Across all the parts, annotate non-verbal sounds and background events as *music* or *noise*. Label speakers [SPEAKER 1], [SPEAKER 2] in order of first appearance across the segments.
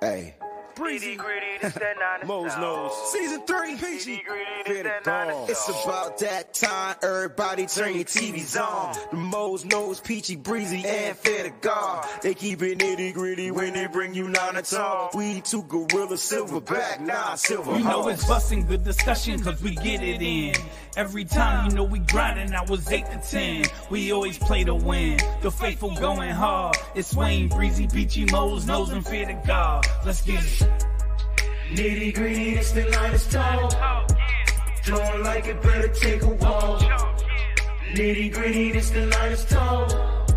[SPEAKER 1] Hey.
[SPEAKER 2] Greedy, greedy, this that nine.
[SPEAKER 3] Mo's knows.
[SPEAKER 1] Season three, Peachy.
[SPEAKER 2] Greedy, greedy,
[SPEAKER 3] Get
[SPEAKER 2] this
[SPEAKER 3] it
[SPEAKER 2] that nine.
[SPEAKER 3] gone.
[SPEAKER 1] It's about that time, everybody turn your TVs on. The Moe's nose, peachy, breezy, and fair to God. They keep it nitty gritty when they bring you nine to tall. We two gorilla silverback, nah, silver.
[SPEAKER 4] You know
[SPEAKER 1] hawk.
[SPEAKER 4] it's busting good discussion cause we get it in. Every time you know we grinding, I was 8 to 10. We always play to win. The faithful going hard. It's Wayne, Breezy, Peachy Moles, Nose, and Fear to God. Let's get it.
[SPEAKER 5] Nitty gritty, it's the lightest talk. Don't like it, better take a walk. Nitty gritty, it's the lightest talk.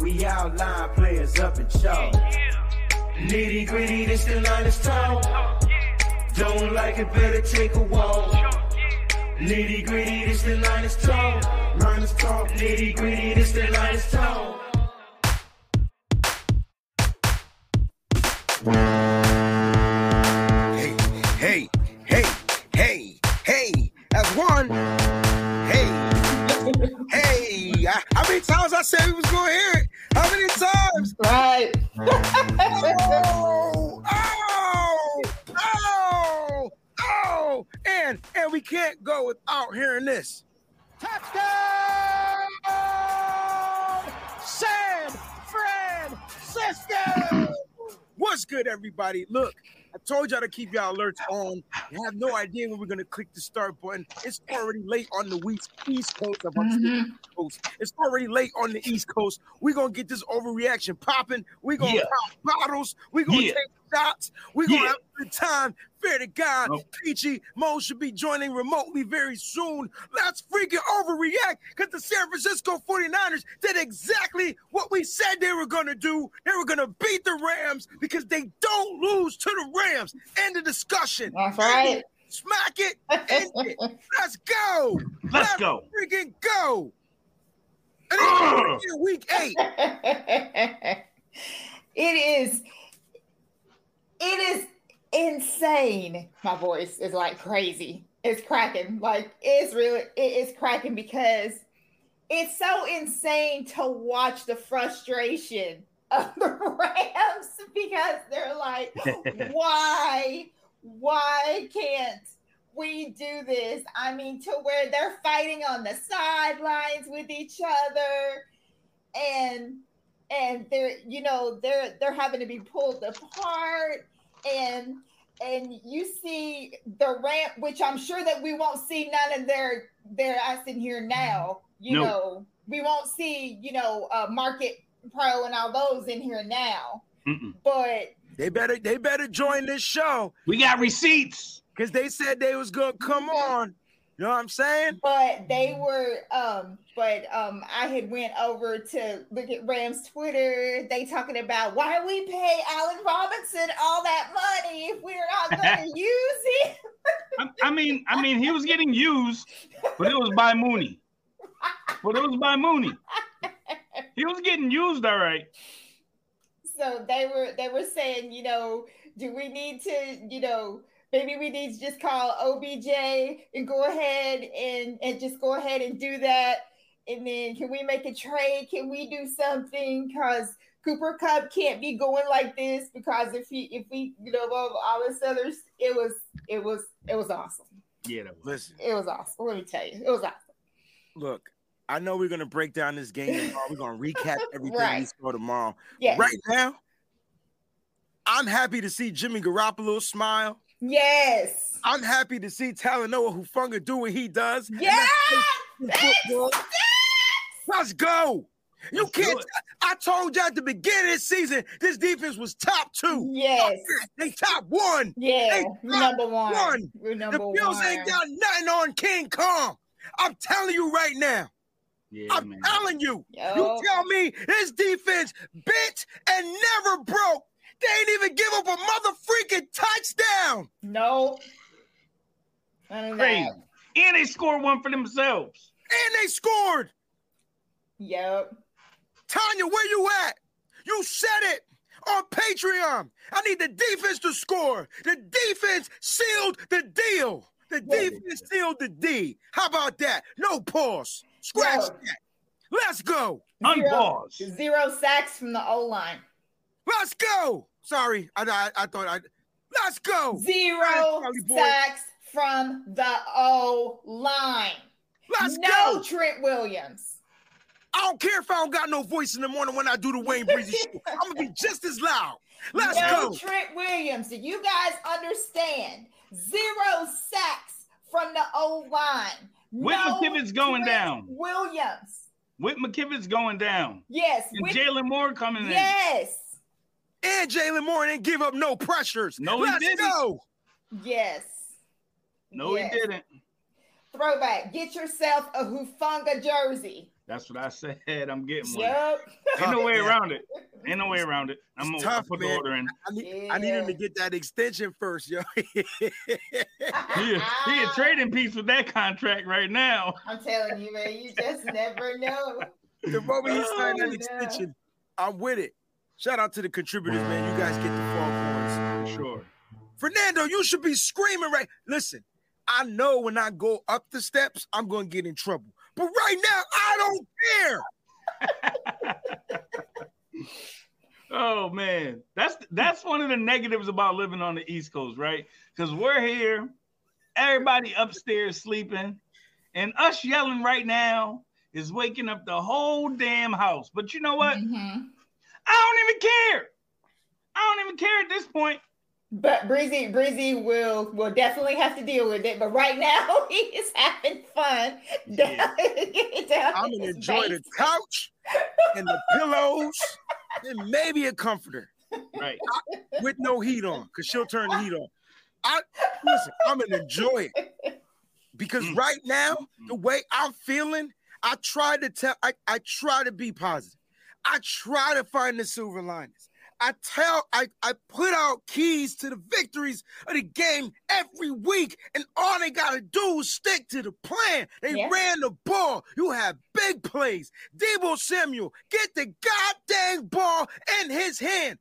[SPEAKER 5] We outline players up in charge. Nitty gritty, it's the lightest talk. Don't like it, better take a walk. Nitty gritty, it's the lightest talk. Lightest talk, nitty gritty, it's the lightest talk.
[SPEAKER 6] Hey, hey, hey, hey, hey, that's one. Hey, hey, I- how many times I said we was gonna hear it? How many times?
[SPEAKER 7] Right.
[SPEAKER 6] Oh, oh, oh, oh, and and we can't go without hearing this. Touchdown, San Francisco! What's good, everybody? Look, I told y'all to keep y'all alerts on. I have no idea when we're gonna click the start button. It's already late on the Wheat East Coast. If I'm speaking East Coast. It's already late on the East Coast. We're gonna get this overreaction popping. We're gonna
[SPEAKER 4] Yeah.
[SPEAKER 6] pop bottles. We're gonna
[SPEAKER 4] Yeah.
[SPEAKER 6] take shots. We're gonna
[SPEAKER 4] Yeah.
[SPEAKER 6] have a good time. Fair to God,
[SPEAKER 4] Nope.
[SPEAKER 6] Peachy Mo should be joining remotely very soon. Let's freaking overreact because the San Francisco 49ers did exactly what we said they were gonna do. They were gonna beat the Rams because they don't lose to the Rams. End of discussion.
[SPEAKER 7] That's right.
[SPEAKER 6] Smack it. End
[SPEAKER 7] *laughs*
[SPEAKER 6] it. Let's go.
[SPEAKER 4] Let's go.
[SPEAKER 6] Freaking go. And it's freaking week eight.
[SPEAKER 7] it is it is insane my voice is like crazy it's cracking like it's really it is cracking because it's so insane to watch the frustration of the *laughs* rams because they're like why why can't we do this i mean to where they're fighting on the sidelines with each other and and they're you know they're they're having to be pulled apart and and you see the ramp which i'm sure that we won't see none of their their us in here now you
[SPEAKER 4] No.
[SPEAKER 7] know we won't see you know uh, market pro and all those in here now
[SPEAKER 4] Mm-mm.
[SPEAKER 7] but
[SPEAKER 6] They better they better join this show
[SPEAKER 4] We got receipts.
[SPEAKER 6] because they said they was gonna come on. You know what I'm saying?
[SPEAKER 7] but they were um but um i had went over to look at ram's twitter they talking about why we pay alan robinson all that money if we're not gonna use it
[SPEAKER 4] I, I mean, I mean, he was getting used, but it was by Mooney. But it was by Mooney. He was getting used, all right.
[SPEAKER 7] so they were they were saying you know do we need to you know maybe we need to just call obj and go ahead and and just go ahead and do that and then can we make a trade can we do something because cooper cup can't be going like this because if he if we you know of all this others it was it was it was awesome
[SPEAKER 4] Yeah, that was.
[SPEAKER 6] Listen,
[SPEAKER 7] it was awesome let me tell you it was awesome
[SPEAKER 6] look, I know we're gonna break down this game tomorrow. We're gonna
[SPEAKER 7] *laughs*
[SPEAKER 6] recap everything we
[SPEAKER 7] Right.
[SPEAKER 6] saw tomorrow.
[SPEAKER 7] yes
[SPEAKER 6] Right now, I'm happy to see Jimmy Garoppolo smile.
[SPEAKER 7] yes
[SPEAKER 6] I'm happy to see Talanoa Hufunga do what he does. and
[SPEAKER 7] yes
[SPEAKER 6] that's football. Let's go. You
[SPEAKER 4] Let's do
[SPEAKER 6] can't.
[SPEAKER 4] it.
[SPEAKER 6] I told you at the beginning of the season, this defense was top two.
[SPEAKER 7] yes
[SPEAKER 6] They top one.
[SPEAKER 7] yeah
[SPEAKER 6] They
[SPEAKER 7] we're number one,
[SPEAKER 6] one.
[SPEAKER 7] We're number
[SPEAKER 6] The Bills
[SPEAKER 7] one.
[SPEAKER 6] ain't got nothing on King Kong. I'm telling you right now.
[SPEAKER 4] Yeah,
[SPEAKER 6] I'm
[SPEAKER 4] man.
[SPEAKER 6] telling you.
[SPEAKER 7] Yo.
[SPEAKER 6] You tell me his defense bent and never broke. They ain't even give up a mother freaking touchdown.
[SPEAKER 7] No. None of
[SPEAKER 4] Crazy.
[SPEAKER 7] that.
[SPEAKER 4] And they scored one for themselves.
[SPEAKER 6] And they scored.
[SPEAKER 7] Yep.
[SPEAKER 6] Tanya, where you at? You said it on Patreon. I need the defense to score. The defense sealed the deal. The
[SPEAKER 7] Yeah.
[SPEAKER 6] defense sealed the D. How about that? No pause. Scratch
[SPEAKER 7] Yeah.
[SPEAKER 6] that. Let's go.
[SPEAKER 7] Zero,
[SPEAKER 4] Unpause.
[SPEAKER 7] zero sacks from the O line.
[SPEAKER 6] Let's go. Sorry, I I, I thought I. Let's go.
[SPEAKER 7] Zero
[SPEAKER 6] Charlie boy.
[SPEAKER 7] sacks from the O line.
[SPEAKER 6] Let's
[SPEAKER 7] no
[SPEAKER 6] go.
[SPEAKER 7] Trent Williams.
[SPEAKER 6] I don't care if I don't got no voice in the morning when I do the Wayne
[SPEAKER 7] *laughs*
[SPEAKER 6] Breezy show. I'm gonna be just as loud. Let's
[SPEAKER 7] no
[SPEAKER 6] go.
[SPEAKER 7] Trent Williams. Do you guys understand? Zero sacks from the O line.
[SPEAKER 3] Whit
[SPEAKER 7] no
[SPEAKER 3] McKibben's going
[SPEAKER 7] Trent
[SPEAKER 3] down.
[SPEAKER 7] Williams.
[SPEAKER 3] Whit McKibben's going down.
[SPEAKER 7] Yes.
[SPEAKER 3] And
[SPEAKER 7] Whit-
[SPEAKER 3] Jalen Moore coming
[SPEAKER 7] yes.
[SPEAKER 6] and Jalen Moore didn't give up no pressures.
[SPEAKER 3] No, he
[SPEAKER 6] Let's
[SPEAKER 3] didn't.
[SPEAKER 6] go.
[SPEAKER 7] Yes.
[SPEAKER 3] in. No,
[SPEAKER 7] Yes.
[SPEAKER 3] he didn't.
[SPEAKER 7] Throwback. Get yourself a Hufunga jersey.
[SPEAKER 3] That's what I said. *laughs* I'm getting one.
[SPEAKER 7] Yep.
[SPEAKER 3] Ain't no way
[SPEAKER 6] Yeah.
[SPEAKER 3] around it. Ain't no way around it. I'm
[SPEAKER 6] It's
[SPEAKER 3] gonna
[SPEAKER 6] tough,
[SPEAKER 3] put
[SPEAKER 6] man.
[SPEAKER 3] the order in.
[SPEAKER 6] I need, I need him to get that extension first, yo.
[SPEAKER 3] *laughs*
[SPEAKER 6] *laughs*
[SPEAKER 3] He, he a trading piece with that contract right now.
[SPEAKER 7] *laughs* I'm telling you, man, you just never know.
[SPEAKER 6] the moment he signed
[SPEAKER 7] Oh,
[SPEAKER 6] that
[SPEAKER 7] no.
[SPEAKER 6] extension, I'm with it. Shout out to the contributors, man. You guys get the four points.
[SPEAKER 3] For sure.
[SPEAKER 6] Fernando, you should be screaming right. Listen, I know when I go up the steps, I'm gonna get in trouble. But right now, I don't care.
[SPEAKER 3] Oh man, that's that's one of the negatives about living on the East Coast, right? Because we're here, everybody upstairs sleeping, and us yelling right now is waking up the whole damn house. But you know what?
[SPEAKER 7] Mhm.
[SPEAKER 3] I don't even care. I don't even care at this point.
[SPEAKER 7] But Breezy, Breezy will will definitely have to deal with it. But right now, *laughs* he is having fun. down- *laughs* down
[SPEAKER 6] I'm gonna
[SPEAKER 7] his
[SPEAKER 6] enjoy the
[SPEAKER 7] base.
[SPEAKER 6] couch and the pillows and maybe a comforter
[SPEAKER 3] Right.
[SPEAKER 6] with no heat on, cause she'll turn the heat on. I listen, I'm gonna enjoy it because right now, the way I'm feeling, I try to tell, I, I try to be positive. I try to find the silver linings. I tell, I, I put out keys to the victories of the game every week, and all they gotta do is stick to the plan. They
[SPEAKER 7] Yeah.
[SPEAKER 6] ran the ball. You have big plays. Debo Samuel, get the goddamn ball in his hand.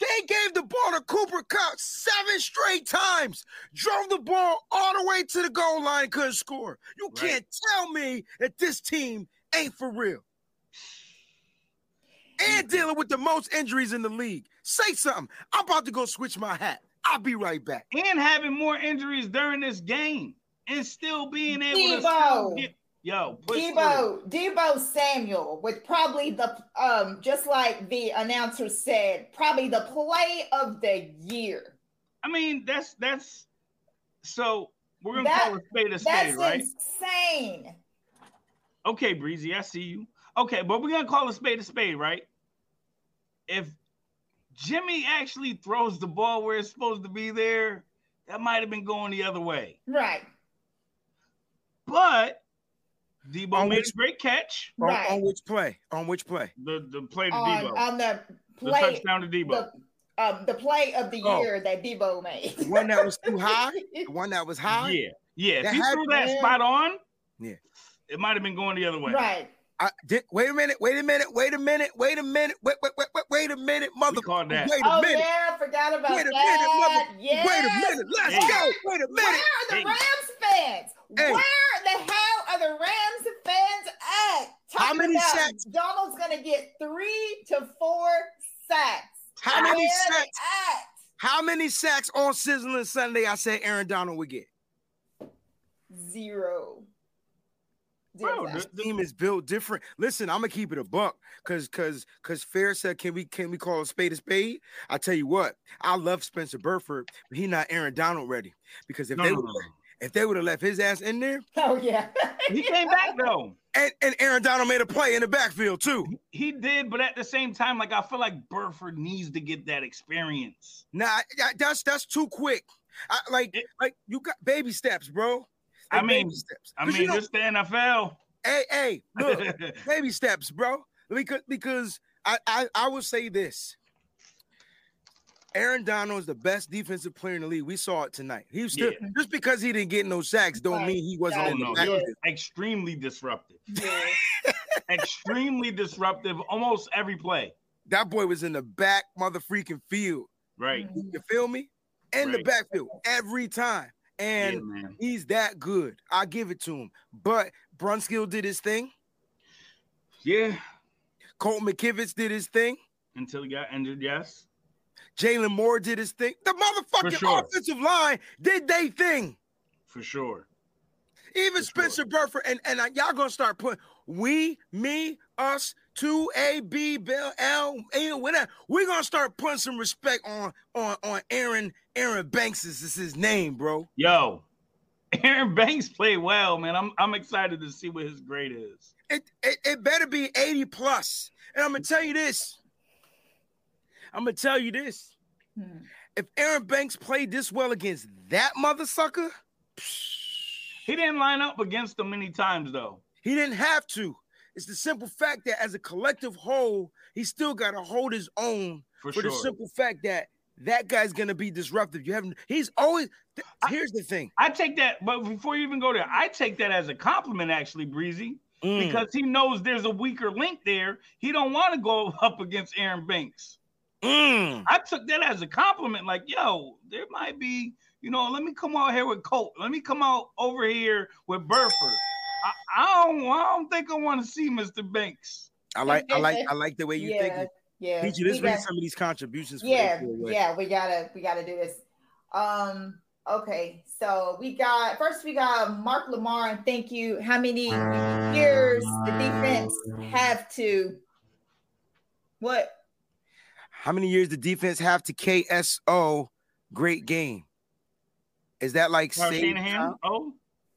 [SPEAKER 6] They gave the ball to Cooper Cup seven straight times, drove the ball all the way to the goal line, couldn't score. You
[SPEAKER 3] Right.
[SPEAKER 6] can't tell me that this team ain't for real.
[SPEAKER 3] Mm-hmm.
[SPEAKER 6] And dealing with the most injuries in the league. Say something. I'm about to go switch my hat. I'll be right back.
[SPEAKER 3] And having more injuries during this game and still being able to
[SPEAKER 7] Debo.
[SPEAKER 3] still get yo push through.
[SPEAKER 7] Debo, Debo Samuel with probably the um just like the announcer said, probably the play of the year.
[SPEAKER 3] I mean, that's that's so we're gonna
[SPEAKER 7] That-
[SPEAKER 3] call a spade a
[SPEAKER 7] That's
[SPEAKER 3] spade, right?
[SPEAKER 7] insane.
[SPEAKER 3] Okay, Breezy, I see you. Okay, but we're gonna call a spade a spade, right? If Jimmy actually throws the ball where it's supposed to be there, that might have been going the other way.
[SPEAKER 7] Right.
[SPEAKER 3] But Debo
[SPEAKER 6] On
[SPEAKER 3] made
[SPEAKER 6] which-
[SPEAKER 3] a great catch.
[SPEAKER 6] On,
[SPEAKER 7] Right.
[SPEAKER 6] on which play? On which play?
[SPEAKER 3] The the play to
[SPEAKER 7] On
[SPEAKER 3] Debo,
[SPEAKER 7] on the
[SPEAKER 3] the
[SPEAKER 7] play
[SPEAKER 3] touchdown to Debo.
[SPEAKER 7] the um the play of the
[SPEAKER 6] Oh.
[SPEAKER 7] year that Debo made.
[SPEAKER 6] The one that was too high?
[SPEAKER 7] *laughs*
[SPEAKER 6] The one that was high?
[SPEAKER 3] Yeah, yeah. If
[SPEAKER 6] That
[SPEAKER 3] he
[SPEAKER 6] had
[SPEAKER 3] threw that
[SPEAKER 6] been-
[SPEAKER 3] spot on,
[SPEAKER 6] Yeah.
[SPEAKER 3] it might have been going the other way.
[SPEAKER 7] right.
[SPEAKER 6] I did, wait a minute, wait a minute, wait a minute, wait a minute, wait, wait, wait, wait, wait a minute, mother.
[SPEAKER 3] called that.
[SPEAKER 6] Wait a
[SPEAKER 7] Oh
[SPEAKER 6] minute.
[SPEAKER 7] yeah, I forgot about
[SPEAKER 6] Wait a minute,
[SPEAKER 7] that.
[SPEAKER 6] mother-
[SPEAKER 7] yes.
[SPEAKER 6] Wait a minute. Let's
[SPEAKER 3] Hey.
[SPEAKER 6] go. Wait a
[SPEAKER 7] Where
[SPEAKER 6] minute.
[SPEAKER 7] are the
[SPEAKER 3] Hey.
[SPEAKER 7] Rams fans?
[SPEAKER 6] Hey.
[SPEAKER 7] Where the hell are the Rams fans at?
[SPEAKER 6] How
[SPEAKER 7] Talking
[SPEAKER 6] many
[SPEAKER 7] about
[SPEAKER 6] sacks?
[SPEAKER 7] Donald's gonna get three to four sacks.
[SPEAKER 6] How many
[SPEAKER 7] Where they
[SPEAKER 6] sacks?
[SPEAKER 7] at?
[SPEAKER 6] How many sacks on Sizzling Sunday? I said Aaron Donald would get.
[SPEAKER 7] Zero. Zero
[SPEAKER 3] Bro,
[SPEAKER 7] sacks. *laughs*
[SPEAKER 3] the-
[SPEAKER 6] This team is built different. Listen, I'm gonna keep it a buck, cause cause cause Fair said, can we can we call a spade a spade? I tell you what, I love Spencer Burford, but he not Aaron Donald ready. Because if
[SPEAKER 3] No,
[SPEAKER 6] they
[SPEAKER 3] no, no,
[SPEAKER 6] would
[SPEAKER 3] no.
[SPEAKER 6] if they would have left his ass in there,
[SPEAKER 7] Oh yeah.
[SPEAKER 6] *laughs*
[SPEAKER 3] He came back though.
[SPEAKER 6] and, and Aaron Donald made a play in the backfield too.
[SPEAKER 3] He did, but at the same time, like I feel like Burford needs to get that experience.
[SPEAKER 6] Nah, I- I- that's that's too quick. I, like
[SPEAKER 3] It-
[SPEAKER 6] like you got baby steps, bro.
[SPEAKER 3] I
[SPEAKER 6] Like,
[SPEAKER 3] mean-
[SPEAKER 6] baby steps.
[SPEAKER 3] I
[SPEAKER 6] 'Cause
[SPEAKER 3] mean,
[SPEAKER 6] you know,
[SPEAKER 3] this the NFL.
[SPEAKER 6] hey, hey, look, baby steps, bro. Because because I, I I will say this. Aaron Donald is the best defensive player in the league. We saw it tonight. He was still
[SPEAKER 3] Yeah.
[SPEAKER 6] just because he didn't get no sacks, don't
[SPEAKER 7] Right.
[SPEAKER 6] mean he wasn't
[SPEAKER 3] oh
[SPEAKER 6] in
[SPEAKER 3] no,
[SPEAKER 6] the
[SPEAKER 3] he
[SPEAKER 6] backfield.
[SPEAKER 3] was *laughs* extremely disruptive.
[SPEAKER 7] yeah.
[SPEAKER 3] extremely disruptive almost every play.
[SPEAKER 6] That boy was in the back mother freaking field.
[SPEAKER 3] Right.
[SPEAKER 6] You feel me? In the
[SPEAKER 3] Right.
[SPEAKER 6] backfield every time. And
[SPEAKER 3] yeah, man.
[SPEAKER 6] he's that good. I give it to him. But Brunskill did his thing.
[SPEAKER 3] Yeah.
[SPEAKER 6] Colt McKivitz did his thing.
[SPEAKER 3] Until he got injured, yes.
[SPEAKER 6] Jalen Moore did his thing. The motherfucking
[SPEAKER 3] sure.
[SPEAKER 6] offensive line did they thing.
[SPEAKER 3] for sure.
[SPEAKER 6] Even Spencer Burford and and uh, y'all gonna start putting we, me, us, two A, B, Bill, L, A, whatever. We're gonna start putting some respect on on on Aaron Aaron Banks is is his name, bro.
[SPEAKER 3] Yo, *laughs* Aaron Banks played well, man. I'm I'm excited to see what his grade is.
[SPEAKER 6] It, it, it better be 80 plus. And I'm gonna tell you this. I'm gonna tell you this.
[SPEAKER 7] Hmm.
[SPEAKER 6] If Aaron Banks played this well against that mother sucker,
[SPEAKER 3] He didn't line up against them many times though.
[SPEAKER 6] he didn't have to. It's the simple fact that as a collective whole, he still gotta hold his own
[SPEAKER 3] For,
[SPEAKER 6] for
[SPEAKER 3] sure.
[SPEAKER 6] the simple fact that that guy's gonna be disruptive. You haven't. He's always. th-
[SPEAKER 3] I-
[SPEAKER 6] here's the thing.
[SPEAKER 3] I take that, but before you even go there, I take that as a compliment, actually, Breezy,
[SPEAKER 6] Because
[SPEAKER 3] because he knows there's a weaker link there. He don't want to go *laughs* up against Aaron Banks. I took that as a compliment. Like, yo, there might be, you know, let me come out here with Colt. Let me come out over here with Burford. I, I don't, I don't think I want to see Mr. Banks.
[SPEAKER 6] I like. I
[SPEAKER 7] *laughs*
[SPEAKER 6] like. I like the way you
[SPEAKER 7] yeah,
[SPEAKER 6] think.
[SPEAKER 7] yeah.
[SPEAKER 6] Peachy, let's
[SPEAKER 7] We
[SPEAKER 6] read
[SPEAKER 7] got-
[SPEAKER 6] some of these contributions. before they
[SPEAKER 7] yeah,
[SPEAKER 6] go away.
[SPEAKER 7] yeah, we gotta we gotta do this. Um, okay, so we got first we got Mark Lamar and thank you. How many years the defense have to what?
[SPEAKER 6] How many years the defense have to KSO? Great game. Is that like
[SPEAKER 3] Kyle
[SPEAKER 6] save?
[SPEAKER 3] Shanahan?
[SPEAKER 6] Kyle?
[SPEAKER 3] Oh,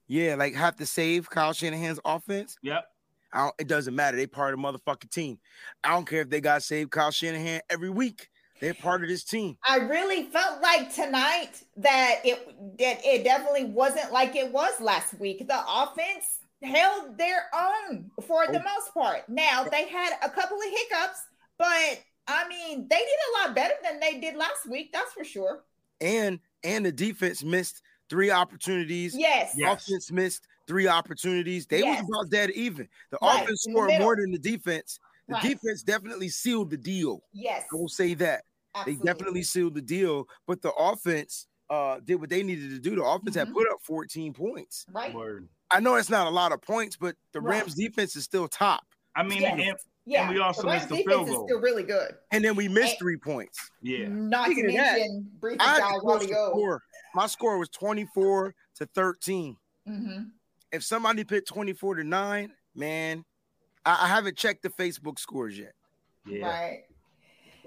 [SPEAKER 6] Yeah, like have to save Kyle Shanahan's offense.
[SPEAKER 3] yep.
[SPEAKER 6] I don't, it doesn't matter. They part of the motherfucking team. I don't care if they got saved Kyle Shanahan every week. They're part of this team.
[SPEAKER 7] I really felt like tonight that it that it definitely wasn't like it was last week. The offense held their own for
[SPEAKER 6] Oh.
[SPEAKER 7] the most part. Now they had a couple of hiccups, but I mean they did a lot better than they did last week. That's for sure.
[SPEAKER 6] And and the defense missed three opportunities.
[SPEAKER 7] Yes.
[SPEAKER 3] Yeah. Yes.
[SPEAKER 6] Offense missed three opportunities. They
[SPEAKER 7] Yes.
[SPEAKER 6] was about dead even. The
[SPEAKER 7] Right,
[SPEAKER 6] offense
[SPEAKER 7] in the
[SPEAKER 6] scored
[SPEAKER 7] middle.
[SPEAKER 6] more than the defense. The
[SPEAKER 7] Right.
[SPEAKER 6] defense definitely sealed the deal.
[SPEAKER 7] Yes.
[SPEAKER 6] I will say that.
[SPEAKER 7] absolutely.
[SPEAKER 6] They definitely sealed the deal, but the offense uh did what they needed to do. The offense
[SPEAKER 7] Mhm.
[SPEAKER 6] had put up 14 points.
[SPEAKER 7] right.
[SPEAKER 3] Word.
[SPEAKER 6] I know it's not a lot of points, but the
[SPEAKER 7] Right.
[SPEAKER 6] Rams defense is still top.
[SPEAKER 3] I mean,
[SPEAKER 7] Yes.
[SPEAKER 3] and-
[SPEAKER 7] Yeah.
[SPEAKER 3] we also
[SPEAKER 7] the Rams
[SPEAKER 3] missed the
[SPEAKER 7] defense
[SPEAKER 3] field
[SPEAKER 7] is
[SPEAKER 3] goal.
[SPEAKER 7] still really good.
[SPEAKER 6] And then we missed
[SPEAKER 7] Hey.
[SPEAKER 6] three points.
[SPEAKER 3] yeah.
[SPEAKER 7] Not
[SPEAKER 6] Speaking
[SPEAKER 7] to
[SPEAKER 6] of that,
[SPEAKER 7] mention Brees
[SPEAKER 6] I
[SPEAKER 7] and
[SPEAKER 6] had to
[SPEAKER 7] Guy
[SPEAKER 6] close
[SPEAKER 7] Wally
[SPEAKER 6] the
[SPEAKER 7] Go.
[SPEAKER 6] score. My score was 24 to 13.
[SPEAKER 7] hmm
[SPEAKER 6] If somebody put 24 to 9, man, I, I haven't checked the Facebook scores yet.
[SPEAKER 3] Yeah.
[SPEAKER 7] Right.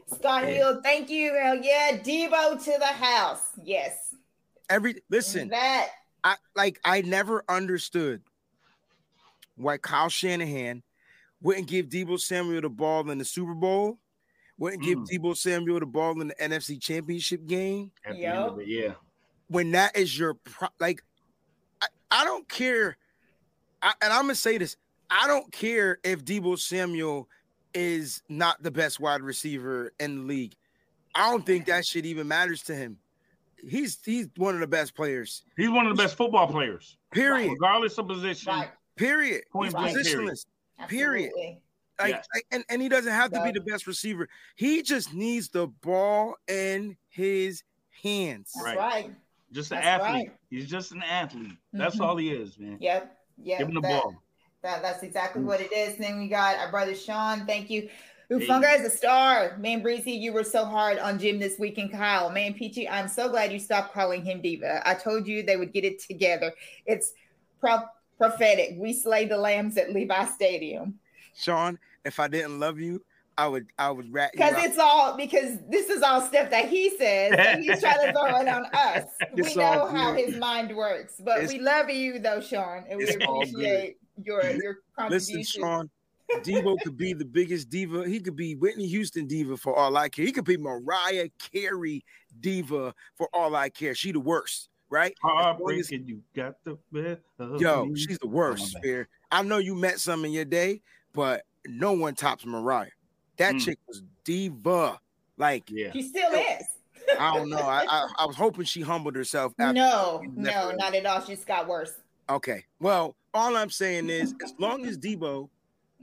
[SPEAKER 7] Scott Hill, thank you. Hell yeah. Debo to the house. Yes.
[SPEAKER 6] Every listen,
[SPEAKER 7] That
[SPEAKER 6] I like I never understood why Kyle Shanahan wouldn't give Debo Samuel the ball in the Super Bowl, wouldn't give
[SPEAKER 3] Mm.
[SPEAKER 6] Debo Samuel the ball in the NFC Championship game
[SPEAKER 3] At the end of it, yeah.
[SPEAKER 6] when that is your pro- like. I, I don't care, I, and I'm gonna say this: I don't care if Debo Samuel is not the best wide receiver in the league. I don't think that shit even matters to him. He's he's one of the best players.
[SPEAKER 3] He's one of the best football players,
[SPEAKER 6] Period.
[SPEAKER 3] regardless of position.
[SPEAKER 7] right.
[SPEAKER 6] Period.
[SPEAKER 3] Point
[SPEAKER 6] He's
[SPEAKER 3] blank,
[SPEAKER 6] positionless.
[SPEAKER 3] period.
[SPEAKER 6] Period.
[SPEAKER 7] absolutely.
[SPEAKER 6] Like,
[SPEAKER 3] Yes.
[SPEAKER 6] like- and, and he doesn't have to be
[SPEAKER 7] Yeah.
[SPEAKER 6] the best receiver. He just needs the ball in his hands.
[SPEAKER 7] That's
[SPEAKER 3] Right.
[SPEAKER 7] right.
[SPEAKER 3] Just an
[SPEAKER 7] That's
[SPEAKER 3] athlete.
[SPEAKER 7] right.
[SPEAKER 3] He's just an athlete. That's
[SPEAKER 7] Mhm.
[SPEAKER 3] all he is, man.
[SPEAKER 7] Yep. Yep.
[SPEAKER 3] Give him the
[SPEAKER 7] that-
[SPEAKER 3] ball.
[SPEAKER 7] That, that's exactly what it is. Then we got our brother Sean. Thank you. Ufunga
[SPEAKER 3] Hey.
[SPEAKER 7] is a star. Man, Breezy, you were so hard on Jim this week. And Kyle, man, Peachy, I'm so glad you stopped calling him Diva. I told you they would get it together. It's pro- prophetic. We slay the lambs at Levi Stadium.
[SPEAKER 6] Sean, if I didn't love you, I would I would rat you
[SPEAKER 7] Because
[SPEAKER 6] out.
[SPEAKER 7] it's all because this is all stuff that he says. And he's trying to throw
[SPEAKER 6] *laughs*
[SPEAKER 7] it on us. we
[SPEAKER 6] It's
[SPEAKER 7] know
[SPEAKER 6] all
[SPEAKER 7] how
[SPEAKER 6] good.
[SPEAKER 7] his mind works, but
[SPEAKER 6] It's-
[SPEAKER 7] we love you though, Sean, and we
[SPEAKER 6] It's all good.
[SPEAKER 7] appreciate your your contribution.
[SPEAKER 6] Listen, Sean,
[SPEAKER 7] *laughs*
[SPEAKER 6] Devo could be the biggest diva. He could be Whitney Houston diva for all I care. He could be Mariah Carey diva for all I care. She the worst, right?
[SPEAKER 3] Heartbreak and you got the best of
[SPEAKER 6] Yo,
[SPEAKER 3] me.
[SPEAKER 6] she's the worst,
[SPEAKER 3] bad.
[SPEAKER 6] Spear. I know you met some in your day, but no one tops Mariah. That
[SPEAKER 3] Mm.
[SPEAKER 6] chick was diva. Like,
[SPEAKER 3] Yeah.
[SPEAKER 7] He still is.
[SPEAKER 6] I don't know. I, I I was hoping she humbled herself. After,
[SPEAKER 7] No,
[SPEAKER 6] you
[SPEAKER 7] no,
[SPEAKER 6] definitely-
[SPEAKER 7] not at all. She just got worse.
[SPEAKER 6] Okay. Well, all I'm saying is, as long as Debo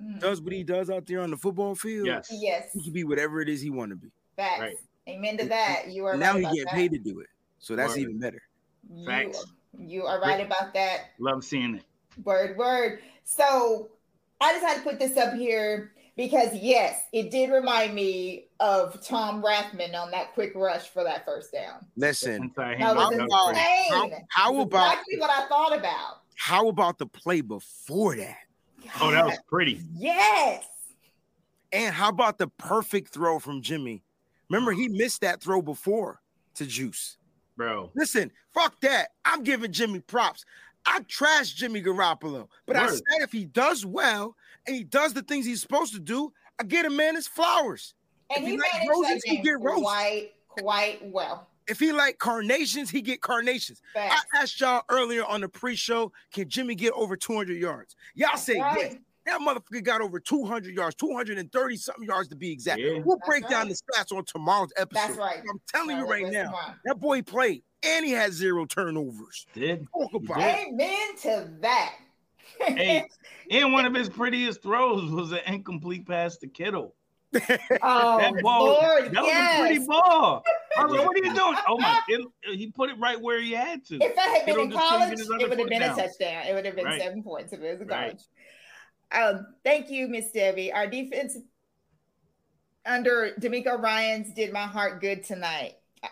[SPEAKER 7] Mm.
[SPEAKER 6] does what he does out there on the football field,
[SPEAKER 3] Yes.
[SPEAKER 7] Yes,
[SPEAKER 6] he can be whatever it is he want to be.
[SPEAKER 7] facts.
[SPEAKER 3] Right.
[SPEAKER 7] Amen to that. You are
[SPEAKER 6] now
[SPEAKER 7] right
[SPEAKER 6] he
[SPEAKER 7] about
[SPEAKER 6] getting
[SPEAKER 7] that.
[SPEAKER 6] paid to do it, so that's
[SPEAKER 3] Word.
[SPEAKER 6] even better.
[SPEAKER 7] You
[SPEAKER 3] Facts.
[SPEAKER 7] are- you are right about that.
[SPEAKER 3] Love seeing it.
[SPEAKER 7] Word, word. So I just had to put this up here. because yes, it did remind me of Tom Rathman on that quick rush for that first down.
[SPEAKER 6] Listen,
[SPEAKER 3] sorry,
[SPEAKER 7] That was
[SPEAKER 6] How about-
[SPEAKER 7] insane.
[SPEAKER 6] how- how
[SPEAKER 7] That's
[SPEAKER 6] about-
[SPEAKER 7] exactly what I thought about?
[SPEAKER 6] How about the play before that?
[SPEAKER 8] Oh, that was pretty.
[SPEAKER 7] Yes.
[SPEAKER 6] And how about the perfect throw from Jimmy? Remember, he missed that throw before to Juice.
[SPEAKER 8] Bro.
[SPEAKER 6] Listen, fuck that. I'm giving Jimmy props. I trash Jimmy Garoppolo, but I
[SPEAKER 8] Word.
[SPEAKER 6] said if he does well and he does the things he's supposed to do, I get a man his flowers.
[SPEAKER 7] And
[SPEAKER 6] If
[SPEAKER 7] he
[SPEAKER 6] you like
[SPEAKER 7] managed
[SPEAKER 6] roses,
[SPEAKER 7] that
[SPEAKER 6] you
[SPEAKER 7] game
[SPEAKER 6] get roses.
[SPEAKER 7] quite quite well.
[SPEAKER 6] If he like carnations, he get carnations. I
[SPEAKER 7] Facts.
[SPEAKER 6] asked y'all earlier on the pre-show, can Jimmy get over 200 yards? Y'all say
[SPEAKER 7] Right.
[SPEAKER 6] yes. That motherfucker got over 200 yards, 230 something yards to be exact.
[SPEAKER 8] Yeah.
[SPEAKER 6] We'll
[SPEAKER 7] That's
[SPEAKER 6] break down the
[SPEAKER 7] right.
[SPEAKER 6] stats on tomorrow's episode.
[SPEAKER 7] That's right.
[SPEAKER 6] I'm telling you
[SPEAKER 7] Well,
[SPEAKER 6] right
[SPEAKER 7] listen,
[SPEAKER 6] now,
[SPEAKER 7] Ron.
[SPEAKER 6] that boy played and he had zero turnovers.
[SPEAKER 7] *laughs*
[SPEAKER 3] Did
[SPEAKER 6] Talk about it.
[SPEAKER 7] Amen to that.
[SPEAKER 3] hey, and one of his prettiest throws was an incomplete pass to Kittle.
[SPEAKER 7] *laughs* oh
[SPEAKER 3] That ball,
[SPEAKER 7] Lord,
[SPEAKER 3] that
[SPEAKER 7] yes.
[SPEAKER 3] was a pretty ball. I was like, what
[SPEAKER 7] *laughs*
[SPEAKER 3] are you doing? Oh my! It, he put it right where he had to.
[SPEAKER 7] If I had been
[SPEAKER 3] Kittle
[SPEAKER 7] in
[SPEAKER 3] just couldn't
[SPEAKER 7] college,
[SPEAKER 3] get his other
[SPEAKER 7] it would have
[SPEAKER 3] foot
[SPEAKER 7] been
[SPEAKER 3] down.
[SPEAKER 7] a touchdown. It would have been
[SPEAKER 3] Right.
[SPEAKER 7] seven points if it was a
[SPEAKER 3] Right.
[SPEAKER 7] college. Um, thank you, Miss Debbie. Our defense under D'Amico Ryan's did my heart good tonight. Uh,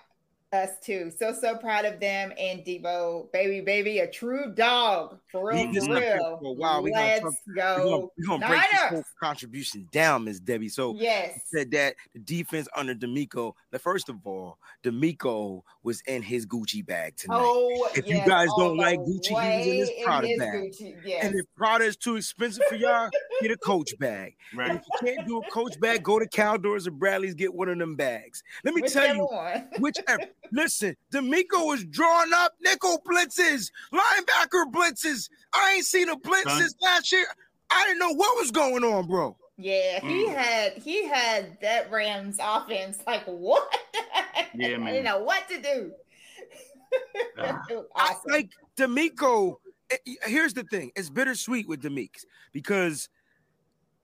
[SPEAKER 7] Us too. So so proud of them and Debo, baby, baby, a true dog for real.
[SPEAKER 6] Leave this
[SPEAKER 7] for
[SPEAKER 6] up here
[SPEAKER 7] real.
[SPEAKER 6] for a while. We gonna
[SPEAKER 7] Let's
[SPEAKER 6] talk- We're gonna,
[SPEAKER 7] go.
[SPEAKER 6] we gonna break this whole
[SPEAKER 7] Niners. Hmm.
[SPEAKER 6] contribution down, Miss Debbie. So
[SPEAKER 7] Yes.
[SPEAKER 6] said that the defense under D'Amico, the first of all, D'Amico was in his Gucci bag tonight.
[SPEAKER 7] Oh,
[SPEAKER 6] If you
[SPEAKER 7] yes,
[SPEAKER 6] guys
[SPEAKER 7] all
[SPEAKER 6] don't like
[SPEAKER 7] the
[SPEAKER 6] Gucci, he was in his
[SPEAKER 7] way
[SPEAKER 6] Prada bag.
[SPEAKER 7] Gucci, Yes.
[SPEAKER 6] And if Prada is too expensive for y'all, get a coach bag. And
[SPEAKER 3] Right.
[SPEAKER 6] if you can't do a coach bag, go to Caldors or Bradley's, get one of them bags. Let me tell
[SPEAKER 7] Whichever
[SPEAKER 6] you,
[SPEAKER 7] one.
[SPEAKER 6] whichever. Listen, D'Amico was drawing up nickel blitzes, linebacker blitzes. I ain't seen a blitz
[SPEAKER 8] Son.
[SPEAKER 6] since last year. I didn't know what was going on, bro.
[SPEAKER 7] Yeah, he
[SPEAKER 3] Mm.
[SPEAKER 7] had he had that Rams offense like what? *laughs*
[SPEAKER 3] Yeah,
[SPEAKER 7] I
[SPEAKER 3] man.
[SPEAKER 7] didn't know what to do.
[SPEAKER 3] *laughs* Ah.
[SPEAKER 7] *laughs* It was
[SPEAKER 6] I
[SPEAKER 7] awesome.
[SPEAKER 6] like D'Amico. eh, eh, Here's the thing: it's bittersweet with D'Amico's because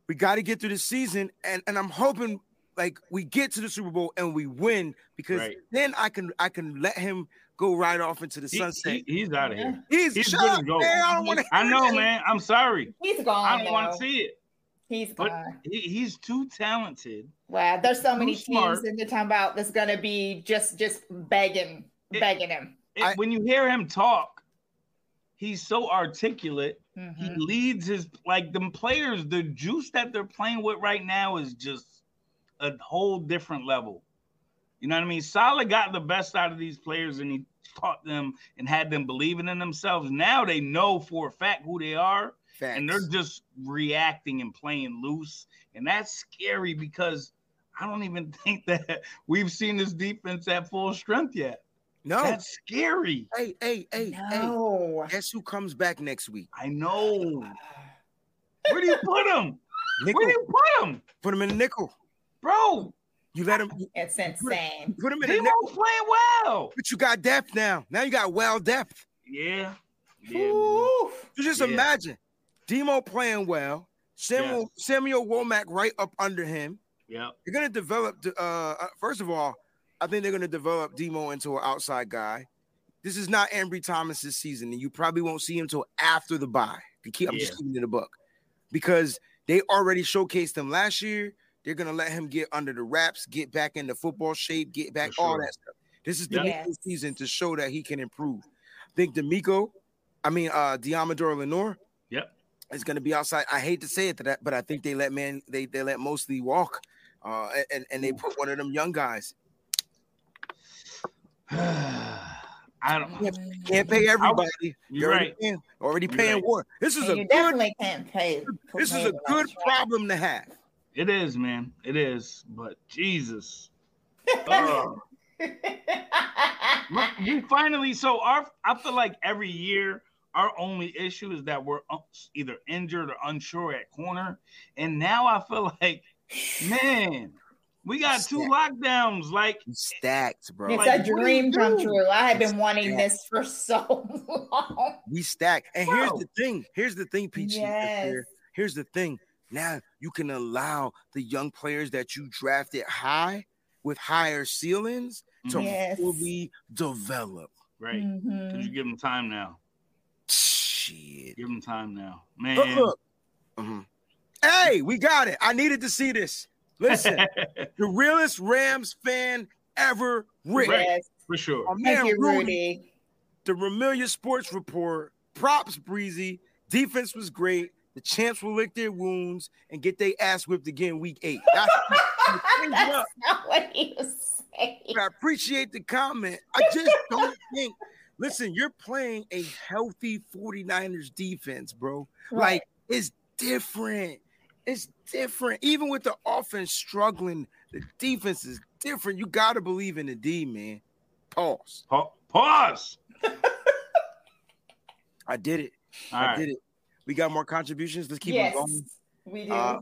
[SPEAKER 6] we got to get through the season, and and I'm hoping like we get to the Super Bowl and we win because
[SPEAKER 8] Right.
[SPEAKER 6] then I can I can let him go right off into the
[SPEAKER 3] He-
[SPEAKER 6] sunset.
[SPEAKER 3] he- he's out of here.
[SPEAKER 6] he's
[SPEAKER 3] he's
[SPEAKER 6] shut
[SPEAKER 3] good
[SPEAKER 6] up,
[SPEAKER 3] to go.
[SPEAKER 6] man. I don't want to.
[SPEAKER 3] I know, man. I'm sorry.
[SPEAKER 7] He's gone.
[SPEAKER 3] I don't want
[SPEAKER 7] though.
[SPEAKER 3] to see it.
[SPEAKER 7] He's
[SPEAKER 3] but-
[SPEAKER 7] gone.
[SPEAKER 3] He, he's too talented.
[SPEAKER 7] Wow, there's so many
[SPEAKER 3] Who's smart?
[SPEAKER 7] teams in the time about that's gonna be just just begging,
[SPEAKER 3] It-
[SPEAKER 7] begging him.
[SPEAKER 3] It-
[SPEAKER 6] I-
[SPEAKER 3] when you hear him talk, he's so articulate. He
[SPEAKER 7] Mhm.
[SPEAKER 3] leads his like them players. The juice that they're playing with right now is just a whole different level. You know what I mean? Salah got the best out of these players, and he taught them and had them believing in themselves. Now they know for a fact who they are, and they're just reacting and playing loose. And that's scary because I don't even *laughs* think that we've seen this defense at full strength yet.
[SPEAKER 6] No.
[SPEAKER 3] That's scary.
[SPEAKER 6] hey, hey, hey, hey.
[SPEAKER 7] No.
[SPEAKER 6] Guess who comes back next week? *sighs*
[SPEAKER 3] I know. Where do you put him?
[SPEAKER 6] Nickel.
[SPEAKER 3] Where do you put him,
[SPEAKER 6] Put him in a nickel.
[SPEAKER 3] bro?
[SPEAKER 6] You let him. you
[SPEAKER 7] It's insane.
[SPEAKER 6] Put him in a
[SPEAKER 3] He
[SPEAKER 6] nickel.
[SPEAKER 3] won't play well.
[SPEAKER 6] But you got depth now. Now you got well depth.
[SPEAKER 3] Yeah. Yeah, man.
[SPEAKER 7] Oof.
[SPEAKER 6] So just
[SPEAKER 3] Yeah.
[SPEAKER 6] imagine Demo playing well, Samuel Samuel Womack right up under him.
[SPEAKER 3] Yep.
[SPEAKER 6] You're gonna develop. the- Uh, uh, first of all, I think they're gonna develop Demo into an outside guy. This is not Ambry Thomas's season, and you probably won't see him till after the bye. To keep, I'm just
[SPEAKER 3] Yeah.
[SPEAKER 6] keeping it a buck because they already showcased him last year. They're gonna let him get under the wraps, get back into football shape, get back
[SPEAKER 3] For
[SPEAKER 6] all
[SPEAKER 3] sure.
[SPEAKER 6] that stuff. This is
[SPEAKER 7] Yeah.
[SPEAKER 6] the season to show that he can improve. I think D'Amico, I mean uh Diamador Lenore,
[SPEAKER 3] Yep.
[SPEAKER 6] is going to be outside. I hate to say it, to that, but I think they let man they they let mostly walk, uh, and and they put one of them young guys.
[SPEAKER 3] *sighs* I don't.
[SPEAKER 6] Yeah, Can't pay everybody.
[SPEAKER 3] You're
[SPEAKER 6] You're already
[SPEAKER 3] right.
[SPEAKER 6] paying, already
[SPEAKER 3] You're
[SPEAKER 6] paying
[SPEAKER 3] right.
[SPEAKER 6] war. This is
[SPEAKER 7] And
[SPEAKER 6] a
[SPEAKER 7] you
[SPEAKER 6] good
[SPEAKER 7] definitely can't pay.
[SPEAKER 6] this is
[SPEAKER 7] pay
[SPEAKER 6] a
[SPEAKER 7] the
[SPEAKER 6] good
[SPEAKER 7] last one.
[SPEAKER 6] problem to have.
[SPEAKER 3] It is, man. It is. But
[SPEAKER 6] *laughs*
[SPEAKER 3] Jesus. Ugh.
[SPEAKER 7] *laughs*
[SPEAKER 3] My- we finally so our I feel like every year our only issue is that we're un- either injured or unsure at corner, and now I feel *laughs* like, man, we got two lockdowns. Like
[SPEAKER 6] You stacked, bro.
[SPEAKER 7] It's
[SPEAKER 3] Like,
[SPEAKER 7] a
[SPEAKER 3] what do
[SPEAKER 7] dream
[SPEAKER 3] you
[SPEAKER 7] come
[SPEAKER 3] do?
[SPEAKER 7] true. I have been
[SPEAKER 6] Yeah.
[SPEAKER 7] wanting this for *laughs* so long.
[SPEAKER 6] We stacked. And here's
[SPEAKER 3] Bro.
[SPEAKER 6] the thing. Here's the thing, Peachy. is
[SPEAKER 7] Yes.
[SPEAKER 6] there- Here's the thing. Now you can allow the young players that you drafted high with higher ceilings to
[SPEAKER 7] Yes.
[SPEAKER 6] fully develop.
[SPEAKER 3] Mm, right,
[SPEAKER 7] Mhm.
[SPEAKER 3] because you give them time now.
[SPEAKER 6] Shit.
[SPEAKER 3] Give them time now,
[SPEAKER 6] Look,
[SPEAKER 3] man.
[SPEAKER 6] look. Mhm. Hey, we got it. I needed to see this. Listen, the realest Rams fan ever, Rick.
[SPEAKER 7] Yes.
[SPEAKER 3] for sure.
[SPEAKER 6] Our man
[SPEAKER 7] Thank you,
[SPEAKER 6] Rudy,
[SPEAKER 7] Rudy.
[SPEAKER 6] the Ramilia Sports Report. Props, Breezy. Defense was great. The champs will lick their wounds and get their ass whipped again week eight. That's-
[SPEAKER 7] *laughs* That's not what he was saying.
[SPEAKER 6] I appreciate the comment. I just
[SPEAKER 7] *laughs*
[SPEAKER 6] don't think. Listen, you're playing a healthy 49ers defense, bro. Like it's different. It's different. Even with the offense struggling, the defense is different. You gotta believe in the D, man. Pause.
[SPEAKER 3] Pa- pause.
[SPEAKER 6] I did it.
[SPEAKER 3] All
[SPEAKER 6] I
[SPEAKER 3] right.
[SPEAKER 6] did it. We got more contributions. Let's keep
[SPEAKER 7] yes,
[SPEAKER 6] it going.
[SPEAKER 7] we do.
[SPEAKER 6] Uh,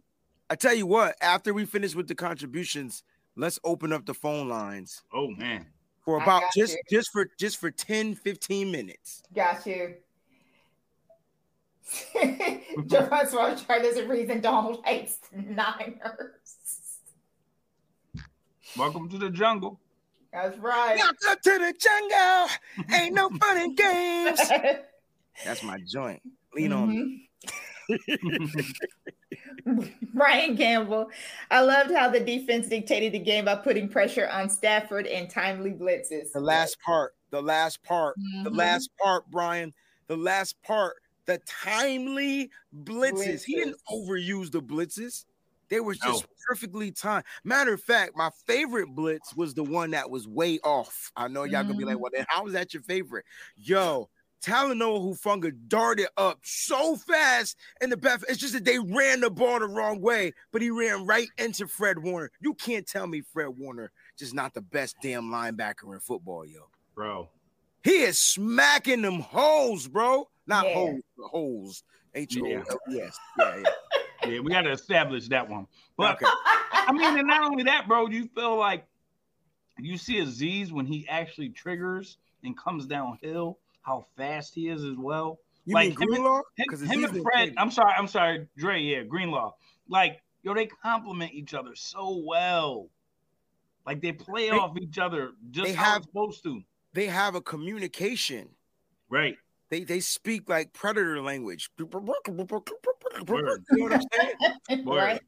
[SPEAKER 6] I tell you what, after we finish with the contributions, let's open up the phone lines
[SPEAKER 3] Oh man.
[SPEAKER 6] for
[SPEAKER 7] I
[SPEAKER 6] about
[SPEAKER 7] got
[SPEAKER 6] just
[SPEAKER 7] you.
[SPEAKER 6] just for just for 10 15 minutes.
[SPEAKER 7] Got you.
[SPEAKER 6] *laughs*
[SPEAKER 7] Javon Swartry, there's a reason Donald hates the Niners.
[SPEAKER 3] Welcome to the jungle.
[SPEAKER 7] That's right.
[SPEAKER 6] Welcome to the jungle. Ain't no fun and games. That's my joint. Lean
[SPEAKER 7] Mm-hmm.
[SPEAKER 6] on
[SPEAKER 7] *laughs*
[SPEAKER 6] me.
[SPEAKER 7] Mhm. Brian Campbell, I loved how the defense dictated the game by putting pressure on Stafford and timely blitzes.
[SPEAKER 6] The last part. The last part. The
[SPEAKER 7] Mhm. *laughs*
[SPEAKER 6] last part, Brian. The last part. The timely blitzes. He didn't overuse the blitzes. They were just perfectly timed. Matter of fact, my favorite blitz was the one that was way off. I know y'all gonna be like, well, then how is that your favorite? Yo, Talanoa Hufunga darted up so fast in the back. It's just that they ran the ball the wrong way, but he ran right into Fred Warner. You can't tell me Fred Warner just not the best damn linebacker in football, yo.
[SPEAKER 3] Bro.
[SPEAKER 6] He is smacking them holes, bro. Not
[SPEAKER 7] Yeah.
[SPEAKER 6] holes, but holes. H O L E S. Yeah, yeah.
[SPEAKER 3] Yeah, we gotta establish that one. But
[SPEAKER 6] Okay.
[SPEAKER 3] I mean, and not only that, bro, you feel like you see Aziz when he actually triggers and comes downhill, how fast he is as well.
[SPEAKER 6] You
[SPEAKER 3] Like
[SPEAKER 6] mean
[SPEAKER 3] him and-
[SPEAKER 6] Greenlaw?
[SPEAKER 3] Him,
[SPEAKER 6] 'Cause
[SPEAKER 3] him
[SPEAKER 6] Aziz
[SPEAKER 3] and
[SPEAKER 6] been
[SPEAKER 3] Fred,
[SPEAKER 6] playing.
[SPEAKER 3] I'm sorry, I'm sorry, Dre, yeah, Greenlaw. Like, yo, they complement each other so well. Like they play
[SPEAKER 6] They-
[SPEAKER 3] off each other just
[SPEAKER 6] they
[SPEAKER 3] how
[SPEAKER 6] have-
[SPEAKER 3] it's supposed to.
[SPEAKER 6] They have a communication.
[SPEAKER 3] Right.
[SPEAKER 6] They they speak like predator language. You know what
[SPEAKER 3] Word.
[SPEAKER 6] I'm saying?
[SPEAKER 7] right?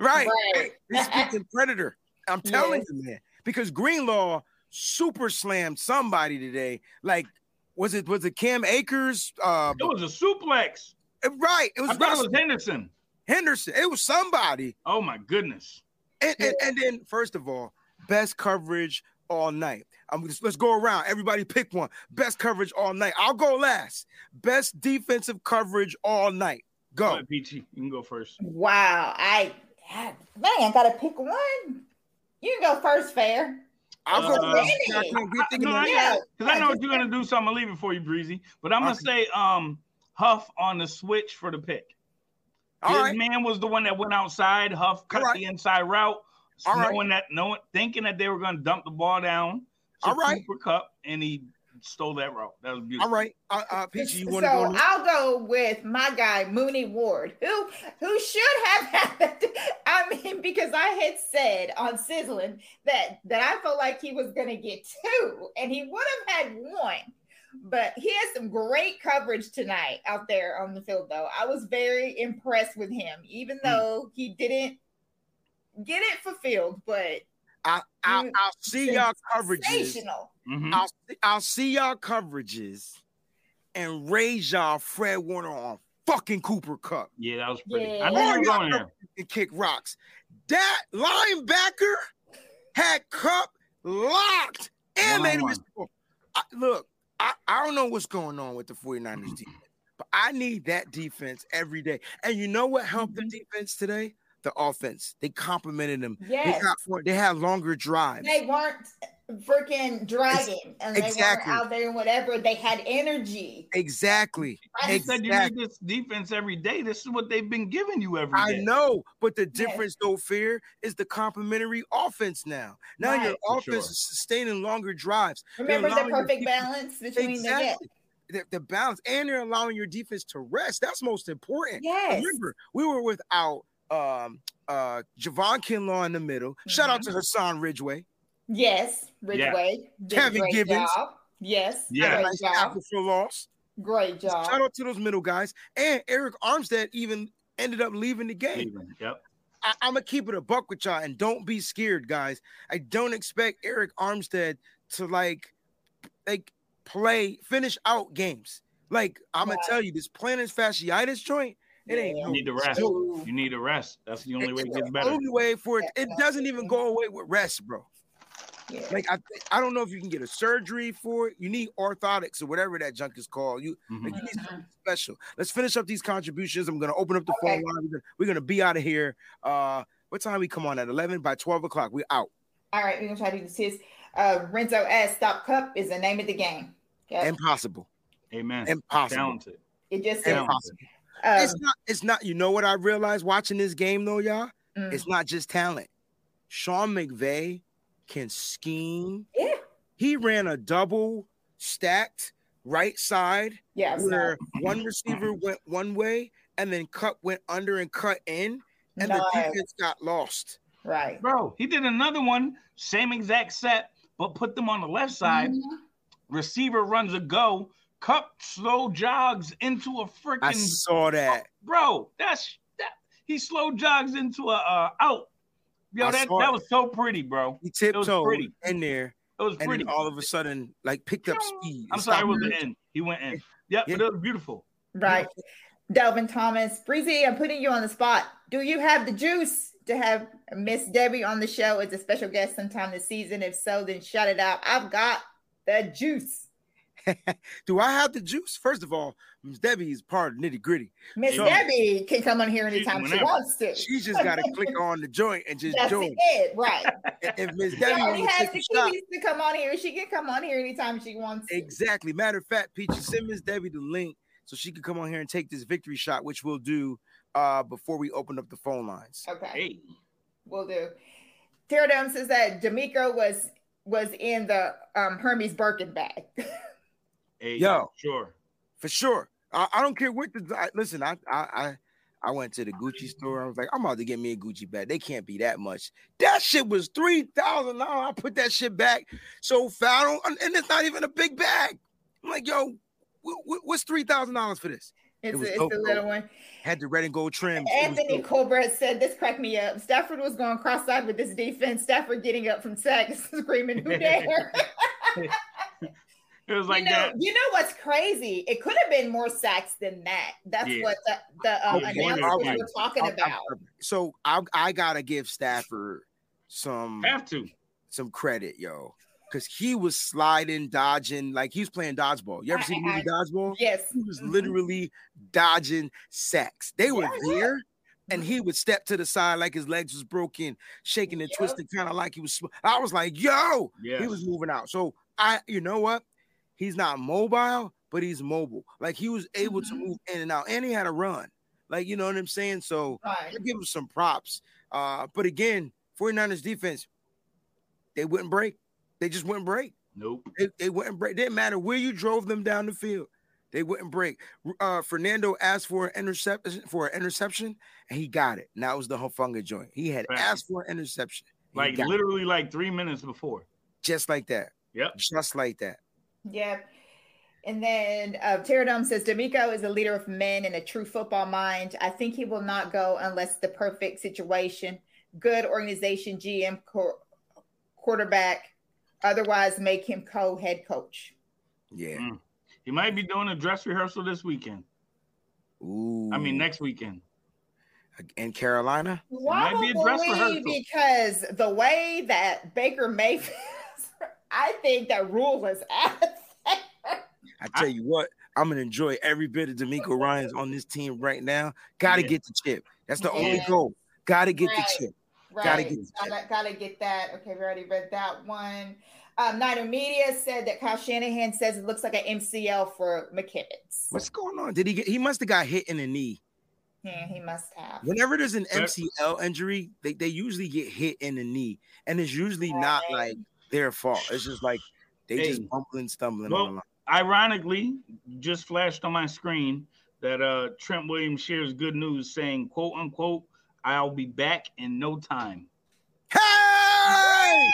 [SPEAKER 6] Right.
[SPEAKER 7] Right.
[SPEAKER 6] They speak in predator. I'm telling you, man. Because Greenlaw super slammed somebody today. Like, was it was it Cam Akers? Uh,
[SPEAKER 3] It was a suplex.
[SPEAKER 6] right. It
[SPEAKER 3] I
[SPEAKER 6] was
[SPEAKER 3] thought it was
[SPEAKER 6] Russell
[SPEAKER 3] Henderson.
[SPEAKER 6] Henderson. It was somebody.
[SPEAKER 3] Oh my goodness.
[SPEAKER 6] And, and, and then, first of all, best coverage all night. I'm just, let's go around. Everybody pick one. Best coverage all night. I'll go last. Best defensive coverage all night.
[SPEAKER 3] Go
[SPEAKER 6] Go.
[SPEAKER 3] ahead, Peachy. You can go first.
[SPEAKER 7] Wow. I, I man, I gotta pick one. You can go first, fair.
[SPEAKER 6] I'll go
[SPEAKER 3] Uh,
[SPEAKER 6] last. I can't get thinking
[SPEAKER 3] No,
[SPEAKER 6] about
[SPEAKER 3] I,
[SPEAKER 6] it.
[SPEAKER 7] Yeah.
[SPEAKER 3] Because I know what you're gonna do, so I'm gonna leave it for you, Breezy. But I'm gonna say um Huff on the switch for the pick.
[SPEAKER 6] All
[SPEAKER 3] His
[SPEAKER 6] right.
[SPEAKER 3] man was the one that went outside. Huff cut
[SPEAKER 6] All right.
[SPEAKER 3] the inside route,
[SPEAKER 6] All right.
[SPEAKER 3] knowing that knowing thinking that they were gonna dump the ball down. to
[SPEAKER 6] All right.
[SPEAKER 3] Cooper Cup, and he stole that route. That was
[SPEAKER 6] All
[SPEAKER 3] beautiful.
[SPEAKER 6] right. Uh, uh, Peachy, you
[SPEAKER 7] So
[SPEAKER 6] want to go? next?
[SPEAKER 7] I'll go with my guy Mooney Ward, who who should have *laughs* had that. I mean, because I had said on Sizzling that that I felt like he was going to get two, and he would have had one. But he has some great coverage tonight out there on the field, though. I was very impressed with him, even
[SPEAKER 6] Hmm.
[SPEAKER 7] though he didn't get it fulfilled, but
[SPEAKER 6] I, I, I'll see y'all coverages.
[SPEAKER 7] sensational.
[SPEAKER 3] Mhm.
[SPEAKER 6] I'll, see- I'll see y'all coverages and raise y'all Fred Warner on fucking Cooper Cup.
[SPEAKER 3] Yeah, that was pretty.
[SPEAKER 7] Yeah.
[SPEAKER 3] I knew you were going there.
[SPEAKER 6] and kick rocks. That linebacker had Cup locked and made a
[SPEAKER 3] One-on-one.
[SPEAKER 6] mistake. I, look, I, I don't know what's going on with the
[SPEAKER 3] Mm-hmm.
[SPEAKER 6] 49ers defense, but I need that defense every day. And you know what helped the defense today? The offense. They complimented them.
[SPEAKER 7] Yes.
[SPEAKER 6] They, got more, they had longer drives.
[SPEAKER 7] they weren't freaking dragging and they
[SPEAKER 6] exactly.
[SPEAKER 7] weren't out there and whatever. They had energy.
[SPEAKER 6] exactly.
[SPEAKER 3] You
[SPEAKER 7] Right?
[SPEAKER 3] said you
[SPEAKER 6] Exactly.
[SPEAKER 3] need this defense every day. This is what they've been giving you every
[SPEAKER 6] I
[SPEAKER 3] day.
[SPEAKER 6] know, but the difference, though, fear is the complementary offense now. Now your
[SPEAKER 7] Right.
[SPEAKER 3] For
[SPEAKER 6] offense
[SPEAKER 3] sure.
[SPEAKER 6] is sustaining longer drives.
[SPEAKER 7] Remember the
[SPEAKER 6] allowing your
[SPEAKER 7] perfect
[SPEAKER 6] defense-
[SPEAKER 7] balance between
[SPEAKER 6] Exactly. The, the balance, and they're allowing your defense to rest. That's most
[SPEAKER 7] the
[SPEAKER 6] important.
[SPEAKER 7] yes.
[SPEAKER 6] Remember, we were without um uh Javon Kinlaw in the middle. Shout
[SPEAKER 7] Mm-hmm.
[SPEAKER 6] out to Hassan Ridgeway.
[SPEAKER 7] Yes. Ridgeway. did a
[SPEAKER 6] Kevin
[SPEAKER 7] great
[SPEAKER 6] Gibbons.
[SPEAKER 7] Job. Yes.
[SPEAKER 3] Yeah.
[SPEAKER 7] Great
[SPEAKER 6] Nice
[SPEAKER 7] job.
[SPEAKER 6] tackle for loss.
[SPEAKER 7] Great
[SPEAKER 6] Shout
[SPEAKER 7] job.
[SPEAKER 6] out to those middle guys and Eric Armstead even ended up leaving the game.
[SPEAKER 3] Yep.
[SPEAKER 6] I, I'm gonna keep it a buck with y'all, and don't be scared, guys. I don't expect Eric Armstead to like, like play finish out games. Like I'm gonna tell you, this plantar fasciitis joint, it ain't.
[SPEAKER 3] You
[SPEAKER 6] no
[SPEAKER 3] need to rest.
[SPEAKER 6] joke.
[SPEAKER 3] You need to rest. That's the only way it
[SPEAKER 6] It's
[SPEAKER 3] gets
[SPEAKER 6] the
[SPEAKER 3] better.
[SPEAKER 6] Only way for it, it doesn't even go away with rest, bro.
[SPEAKER 7] Yeah.
[SPEAKER 6] Like I, I don't know if you can get a surgery for it. You need orthotics or whatever that junk is called. You,
[SPEAKER 3] Mm-hmm.
[SPEAKER 6] like, you need something special. Let's finish up these contributions. I'm gonna open up the
[SPEAKER 7] Okay.
[SPEAKER 6] phone line. We're gonna, we're gonna be out of here. Uh, what time we come on at 11? By 12 o'clock, we out.
[SPEAKER 7] All right, we're gonna try to do this. His uh, Renzo S. Stop Cup is the name of the game. Yep.
[SPEAKER 6] Impossible.
[SPEAKER 3] Amen.
[SPEAKER 6] Impossible.
[SPEAKER 3] Talented.
[SPEAKER 7] it just says,
[SPEAKER 3] Talented.
[SPEAKER 6] Impossible.
[SPEAKER 7] um,
[SPEAKER 6] It's not. It's not. You know what I realized watching this game though, y'all.
[SPEAKER 7] Mm.
[SPEAKER 6] It's not just talent. Sean McVay can scheme.
[SPEAKER 7] yeah,
[SPEAKER 6] He ran a double stacked right side
[SPEAKER 7] yeah. it's
[SPEAKER 6] where
[SPEAKER 7] not-
[SPEAKER 6] one receiver went one way and then cut went under and cut in, and the
[SPEAKER 7] Nice.
[SPEAKER 6] defense got lost.
[SPEAKER 7] right.
[SPEAKER 3] Bro, he did another one, same exact set, but put them on the left side.
[SPEAKER 6] Mm-hmm.
[SPEAKER 3] Receiver runs a go. Cup slow jogs into a
[SPEAKER 6] I
[SPEAKER 3] freaking
[SPEAKER 6] saw that.
[SPEAKER 3] bro. That's that. He slow jogs into a uh, out. Yo,
[SPEAKER 6] I
[SPEAKER 3] that,
[SPEAKER 6] saw
[SPEAKER 3] that
[SPEAKER 6] it.
[SPEAKER 3] was so pretty, bro.
[SPEAKER 6] He
[SPEAKER 3] was
[SPEAKER 6] tiptoed
[SPEAKER 3] pretty.
[SPEAKER 6] in there,
[SPEAKER 3] It was
[SPEAKER 6] and
[SPEAKER 3] pretty.
[SPEAKER 6] then all of a sudden, like picked up speed.
[SPEAKER 3] I'm
[SPEAKER 6] and
[SPEAKER 3] sorry, it
[SPEAKER 6] stopped.
[SPEAKER 3] was the end. He went in. Yep,
[SPEAKER 6] Yeah.
[SPEAKER 3] but it was beautiful.
[SPEAKER 7] Right. Delvin Thomas, Breezy, I'm putting you on the spot. Do you have the juice to have Miss Debbie on the show as a special guest sometime this season? If so, then shout it out. I've got the juice.
[SPEAKER 6] Do I have the juice? First of all, Ms. Debbie is part of nitty gritty.
[SPEAKER 7] Miss
[SPEAKER 6] Sure.
[SPEAKER 7] Debbie can come on here anytime she
[SPEAKER 3] Whenever.
[SPEAKER 7] wants to.
[SPEAKER 6] She just got to click on the joint and just
[SPEAKER 7] That's
[SPEAKER 6] join.
[SPEAKER 7] it, right?
[SPEAKER 6] And If Ms. *laughs*
[SPEAKER 7] She
[SPEAKER 6] Debbie
[SPEAKER 7] already
[SPEAKER 6] wants to
[SPEAKER 7] has
[SPEAKER 6] take
[SPEAKER 7] the
[SPEAKER 6] a shot,
[SPEAKER 7] keys to come on here. She can come on here anytime she wants. to.
[SPEAKER 6] Exactly. Matter of fact, Peachy, send Miss Debbie the link so she can come on here and take this victory shot, which we'll do uh, before we open up the phone lines.
[SPEAKER 7] Okay.
[SPEAKER 3] Hey,
[SPEAKER 7] Will do. Teardown says that D'Amico was was in the um, Hermes Birkin bag. *laughs*
[SPEAKER 3] hey,
[SPEAKER 6] Yo.
[SPEAKER 3] sure.
[SPEAKER 6] For sure. I, I don't care what the I, listen. I, I I I went to the Gucci store. I was like, I'm about to get me a Gucci bag. They can't be that much. That shit was three thousand dollars. I put that shit back so foul, and it's not even a big bag. I'm like, yo, wh- wh- what's three thousand dollars for this?
[SPEAKER 7] It's,
[SPEAKER 6] was
[SPEAKER 7] a, it's
[SPEAKER 6] dope,
[SPEAKER 7] a
[SPEAKER 6] though.
[SPEAKER 7] little one.
[SPEAKER 6] Had the red and gold trim. It was
[SPEAKER 7] Anthony
[SPEAKER 6] dope.
[SPEAKER 7] Colbert said, This cracked me up. Stafford was going cross eyed with this defense. Stafford getting up from sacks, *laughs* screaming, Who
[SPEAKER 6] *laughs*
[SPEAKER 7] dare?
[SPEAKER 6] Oh
[SPEAKER 3] It was like
[SPEAKER 7] *laughs* you, know,
[SPEAKER 3] that.
[SPEAKER 7] you know what's crazy? It could have been more sacks than that. That's
[SPEAKER 3] Yeah.
[SPEAKER 7] what the, the um,
[SPEAKER 3] Yeah,
[SPEAKER 7] announcers
[SPEAKER 6] more
[SPEAKER 7] were
[SPEAKER 3] sacks.
[SPEAKER 7] talking
[SPEAKER 6] I'm- I'm-
[SPEAKER 7] about.
[SPEAKER 6] So I I gotta give Stafford some
[SPEAKER 3] Have to.
[SPEAKER 6] some credit, yo, because he was sliding, dodging, like he was playing dodgeball. You ever
[SPEAKER 7] I-
[SPEAKER 6] seen the
[SPEAKER 7] I-
[SPEAKER 6] movie Dodgeball?
[SPEAKER 7] Yes.
[SPEAKER 6] He was
[SPEAKER 7] Mhm.
[SPEAKER 6] literally dodging sacks. They were
[SPEAKER 7] Yeah, Mm-hmm. yeah.
[SPEAKER 6] there, and he would step to the side like his legs was broken, shaking and
[SPEAKER 7] Yep.
[SPEAKER 6] twisting, kind of like he was. sm- I was like, yo,
[SPEAKER 3] Yeah.
[SPEAKER 6] he was moving out. So I, you know what? He's not mobile, but he's mobile. Like he was able to
[SPEAKER 7] Mhm.
[SPEAKER 6] move in and out, and he had a run. Like you know what I'm saying? So
[SPEAKER 7] Right.
[SPEAKER 6] I give him some props. Uh, but again, 49ers defense, they wouldn't break. They just wouldn't break.
[SPEAKER 3] nope.
[SPEAKER 6] They, they wouldn't break. Didn't matter where you drove them down the field. They wouldn't break. Uh, Fernando asked for an interception for an interception, and he got it. Now it was the Hufunga joint. He had
[SPEAKER 3] Right.
[SPEAKER 6] asked for an interception. He
[SPEAKER 3] Like
[SPEAKER 6] got it.
[SPEAKER 3] literally like three minutes before.
[SPEAKER 6] just like that.
[SPEAKER 3] Yep.
[SPEAKER 6] Just like that.
[SPEAKER 7] Yeah. And then uh, Pterodome says D'Amico is a leader of men and a true football mind. I think he will not go unless the perfect situation, good organization, GM, quar- quarterback. Otherwise, make him co-head coach.
[SPEAKER 6] Yeah.
[SPEAKER 3] Mm. He might be doing a dress rehearsal this weekend.
[SPEAKER 6] Ooh.
[SPEAKER 3] Mm. I mean next weekend.
[SPEAKER 6] in Carolina.
[SPEAKER 3] might be a dress
[SPEAKER 7] Probably
[SPEAKER 3] rehearsal.
[SPEAKER 7] because the way that Baker Mayfield, *laughs* I think that rule is *laughs* out. of favor.
[SPEAKER 6] I tell you what, I'm gonna enjoy every bit of
[SPEAKER 3] *laughs*
[SPEAKER 6] D'Amico Ryan's on this team right now. Gotta
[SPEAKER 3] Yeah.
[SPEAKER 6] get the chip. That's the only
[SPEAKER 7] Yeah.
[SPEAKER 6] goal. Gotta get
[SPEAKER 7] Right.
[SPEAKER 6] the chip.
[SPEAKER 7] Right.
[SPEAKER 6] Gotta get the
[SPEAKER 7] gotta, gotta get that. Okay, we already read that one. Um, Niner Media said that Kyle Shanahan says it looks like an MCL for McKibbitz.
[SPEAKER 6] What's going on? Did he get? He must have got hit in the knee.
[SPEAKER 7] Yeah, he must have.
[SPEAKER 6] Whenever there's an
[SPEAKER 3] That-
[SPEAKER 6] MCL injury, they, they usually get hit in the knee, and it's usually not
[SPEAKER 7] Right.
[SPEAKER 6] like their fault. It's just like they
[SPEAKER 3] Hey.
[SPEAKER 6] just bumbling, stumbling on the
[SPEAKER 3] Well,
[SPEAKER 6] line.
[SPEAKER 3] ironically, just flashed on my screen that uh Trent Williams shares good news saying, quote unquote, I'll be back in no time.
[SPEAKER 6] Hey!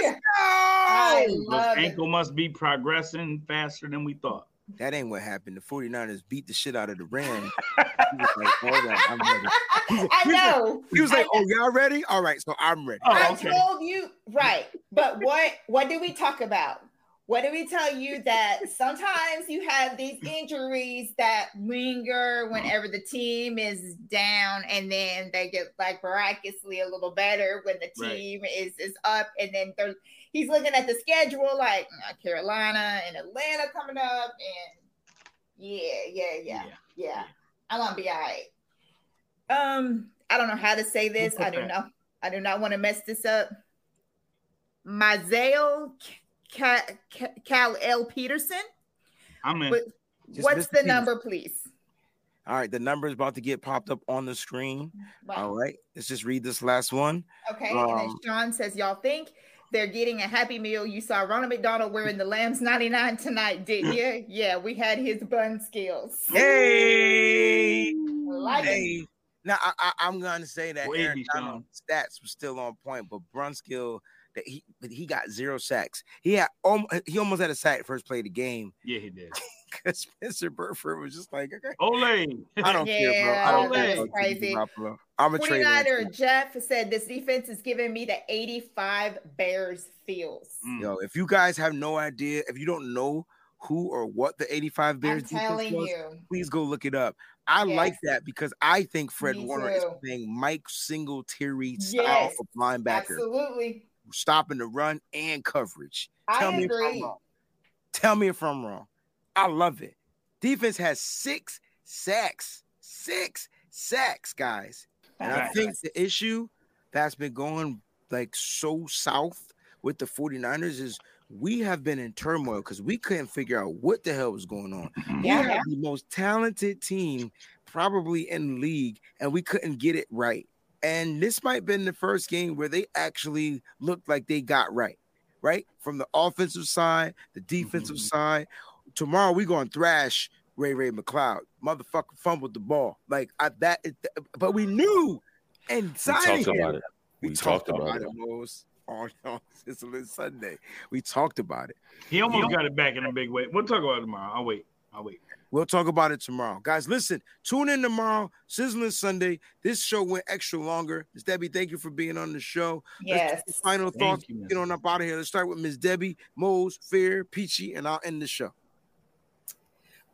[SPEAKER 7] Yeah. I
[SPEAKER 6] Let's go!
[SPEAKER 7] love
[SPEAKER 3] His
[SPEAKER 7] it.
[SPEAKER 3] ankle must be progressing faster than we thought.
[SPEAKER 6] that ain't what happened. The 49ers beat the shit out of the Rams. He was like, "Hold on, I'm ready." He was-
[SPEAKER 7] *laughs* I
[SPEAKER 6] he was like-
[SPEAKER 7] know.
[SPEAKER 6] He was like, "Oh, y'all ready? All right, so I'm ready."
[SPEAKER 3] Oh,
[SPEAKER 7] I
[SPEAKER 3] okay.
[SPEAKER 7] told you right, but what what do we talk about? What do we tell you that sometimes you have these injuries that linger whenever the team is down, and then they get like miraculously a little better when the
[SPEAKER 3] Right.
[SPEAKER 7] team is is up, and then they're, he's looking at the schedule like uh, Carolina and Atlanta coming up, and yeah, yeah, yeah,
[SPEAKER 3] Yeah.
[SPEAKER 7] yeah. I'm gonna be all right. Um, I don't know how to say this. I do
[SPEAKER 3] prepared.
[SPEAKER 7] know. I do not want to mess this up. Mazel Cal L Peterson.
[SPEAKER 3] I'm in. But-
[SPEAKER 6] Just
[SPEAKER 7] What's
[SPEAKER 6] Mr.
[SPEAKER 7] the
[SPEAKER 6] Peterson.
[SPEAKER 7] number, please?
[SPEAKER 6] All right, the number is about to get popped up on the screen.
[SPEAKER 7] Wow.
[SPEAKER 6] All right, let's just read this last one.
[SPEAKER 7] Okay. and then
[SPEAKER 6] Um,
[SPEAKER 7] Sean says, Y'all think they're getting a happy meal. You saw Ronald McDonald wearing the Lamb's 99 tonight, did
[SPEAKER 6] *laughs*
[SPEAKER 7] you? Yeah, we had his bun skills.
[SPEAKER 6] Hey,
[SPEAKER 7] Like it.
[SPEAKER 6] hey. Now I, I, I'm gonna say that
[SPEAKER 3] Wavy,
[SPEAKER 6] Aaron
[SPEAKER 3] Sean.
[SPEAKER 6] Donald's stats were still on point, but Brunskill that he but he got zero sacks. He had almo- he almost had a sack first play of the game
[SPEAKER 3] Yeah, he did.
[SPEAKER 6] because *laughs* Spencer Burford was just like, okay,
[SPEAKER 7] *laughs*
[SPEAKER 3] Ole. Mm.
[SPEAKER 6] I don't care, bro. I
[SPEAKER 7] Yeah,
[SPEAKER 6] don't care.
[SPEAKER 3] that was
[SPEAKER 6] about Jimmy
[SPEAKER 7] crazy.
[SPEAKER 6] Garoppolo. I'm a trader.
[SPEAKER 7] 49er Jeff said, This defense is giving me the 85 Bears feels.
[SPEAKER 3] Mm.
[SPEAKER 6] Yo, if you guys have no idea, if you don't know who or what the 85 Bears
[SPEAKER 7] I'm
[SPEAKER 6] defense
[SPEAKER 7] telling
[SPEAKER 6] was,
[SPEAKER 7] you.
[SPEAKER 6] please go look it up. I
[SPEAKER 7] Yes.
[SPEAKER 6] like that because I think Fred
[SPEAKER 7] Me
[SPEAKER 6] Warner is
[SPEAKER 7] too.
[SPEAKER 6] playing Mike Singletary style
[SPEAKER 7] Yes,
[SPEAKER 6] of linebacker,
[SPEAKER 7] Absolutely.
[SPEAKER 6] stopping the run and coverage. Tell
[SPEAKER 7] I
[SPEAKER 6] me if I'm
[SPEAKER 7] agree.
[SPEAKER 6] wrong. Tell me if I'm wrong. I love it. Defense has six sacks, six sacks, guys. And I
[SPEAKER 3] Right.
[SPEAKER 6] think the issue that's been going like so south with the 49ers is we have been in turmoil because we couldn't figure out what the hell was going on. We
[SPEAKER 7] Yeah.
[SPEAKER 6] had the most talented team probably in the league, and we couldn't get it right. And this might have been the first game where they actually looked like they got right, right? From the offensive side, the defensive
[SPEAKER 8] Mm-hmm.
[SPEAKER 3] Mhm.
[SPEAKER 6] side. Tomorrow we're gonna thrash Ray Ray McLeod. Motherfucker fumbled the ball. Like I, that but we knew and
[SPEAKER 8] We
[SPEAKER 6] signing
[SPEAKER 8] talked
[SPEAKER 6] him.
[SPEAKER 8] about it.
[SPEAKER 6] We,
[SPEAKER 8] We
[SPEAKER 6] talked,
[SPEAKER 8] talked about
[SPEAKER 6] about,
[SPEAKER 8] it.
[SPEAKER 6] it most *laughs* on, on Sicily Sunday. We talked about it.
[SPEAKER 3] He almost got it back in a big way. We'll talk about it tomorrow. I'll wait. I'll wait.
[SPEAKER 6] We'll talk about it tomorrow. Guys, listen, tune in tomorrow, Sizzling Sunday. This show went extra longer. Ms. Debbie, thank you for being on the show.
[SPEAKER 7] Yes.
[SPEAKER 6] Final
[SPEAKER 3] Thank
[SPEAKER 6] thoughts.
[SPEAKER 3] you, Ms.
[SPEAKER 6] Get on up out of here. Let's start with Ms. Debbie, Mose, Fair, Peachy, and I'll end the show.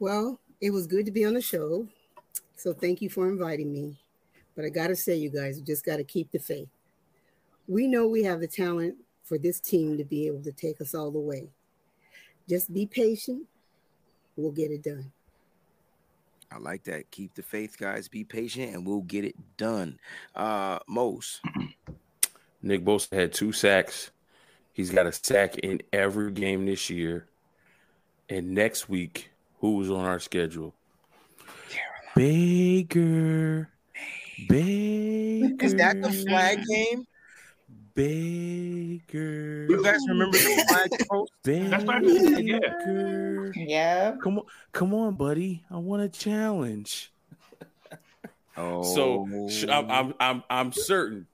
[SPEAKER 9] Well, it was good to be on the show. So thank you for inviting me. But I got to say, you guys, you just got to keep the faith. We know we have the talent for this team to be able to take us all the way. Just be patient. We'll get it done.
[SPEAKER 6] I like that. Keep the faith, guys. Be patient, and we'll get it done. Uh, Mose.
[SPEAKER 8] Nick Bosa had two sacks. He's got a sack in every game this year. And next week, who's on our schedule? Baker. Baker.
[SPEAKER 6] Is that the flag game?
[SPEAKER 8] Baker.
[SPEAKER 6] You guys remember
[SPEAKER 7] *laughs*
[SPEAKER 6] the
[SPEAKER 8] *laughs*
[SPEAKER 6] flag post?
[SPEAKER 8] Baker.
[SPEAKER 3] That's what I just said, yeah.
[SPEAKER 7] Yeah.
[SPEAKER 6] *laughs*
[SPEAKER 7] *laughs*
[SPEAKER 8] Come on, come on, buddy. I want a challenge.
[SPEAKER 6] Oh,
[SPEAKER 8] So sh- I'm, I'm, I'm, I'm certain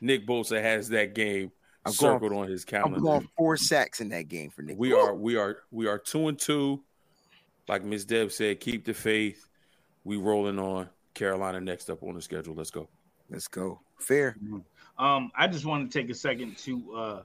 [SPEAKER 8] Nick Bosa has that game
[SPEAKER 6] I'm going-
[SPEAKER 8] circled on his
[SPEAKER 6] I'm
[SPEAKER 8] calendar.
[SPEAKER 6] going four sacks in that game for Nick.
[SPEAKER 8] we are we are we are two and two. Like Miss Deb said, keep the faith. We rolling on Carolina next up on the schedule. Let's go.
[SPEAKER 6] Let's go. Fair.
[SPEAKER 3] Um, I just want to take a second to uh,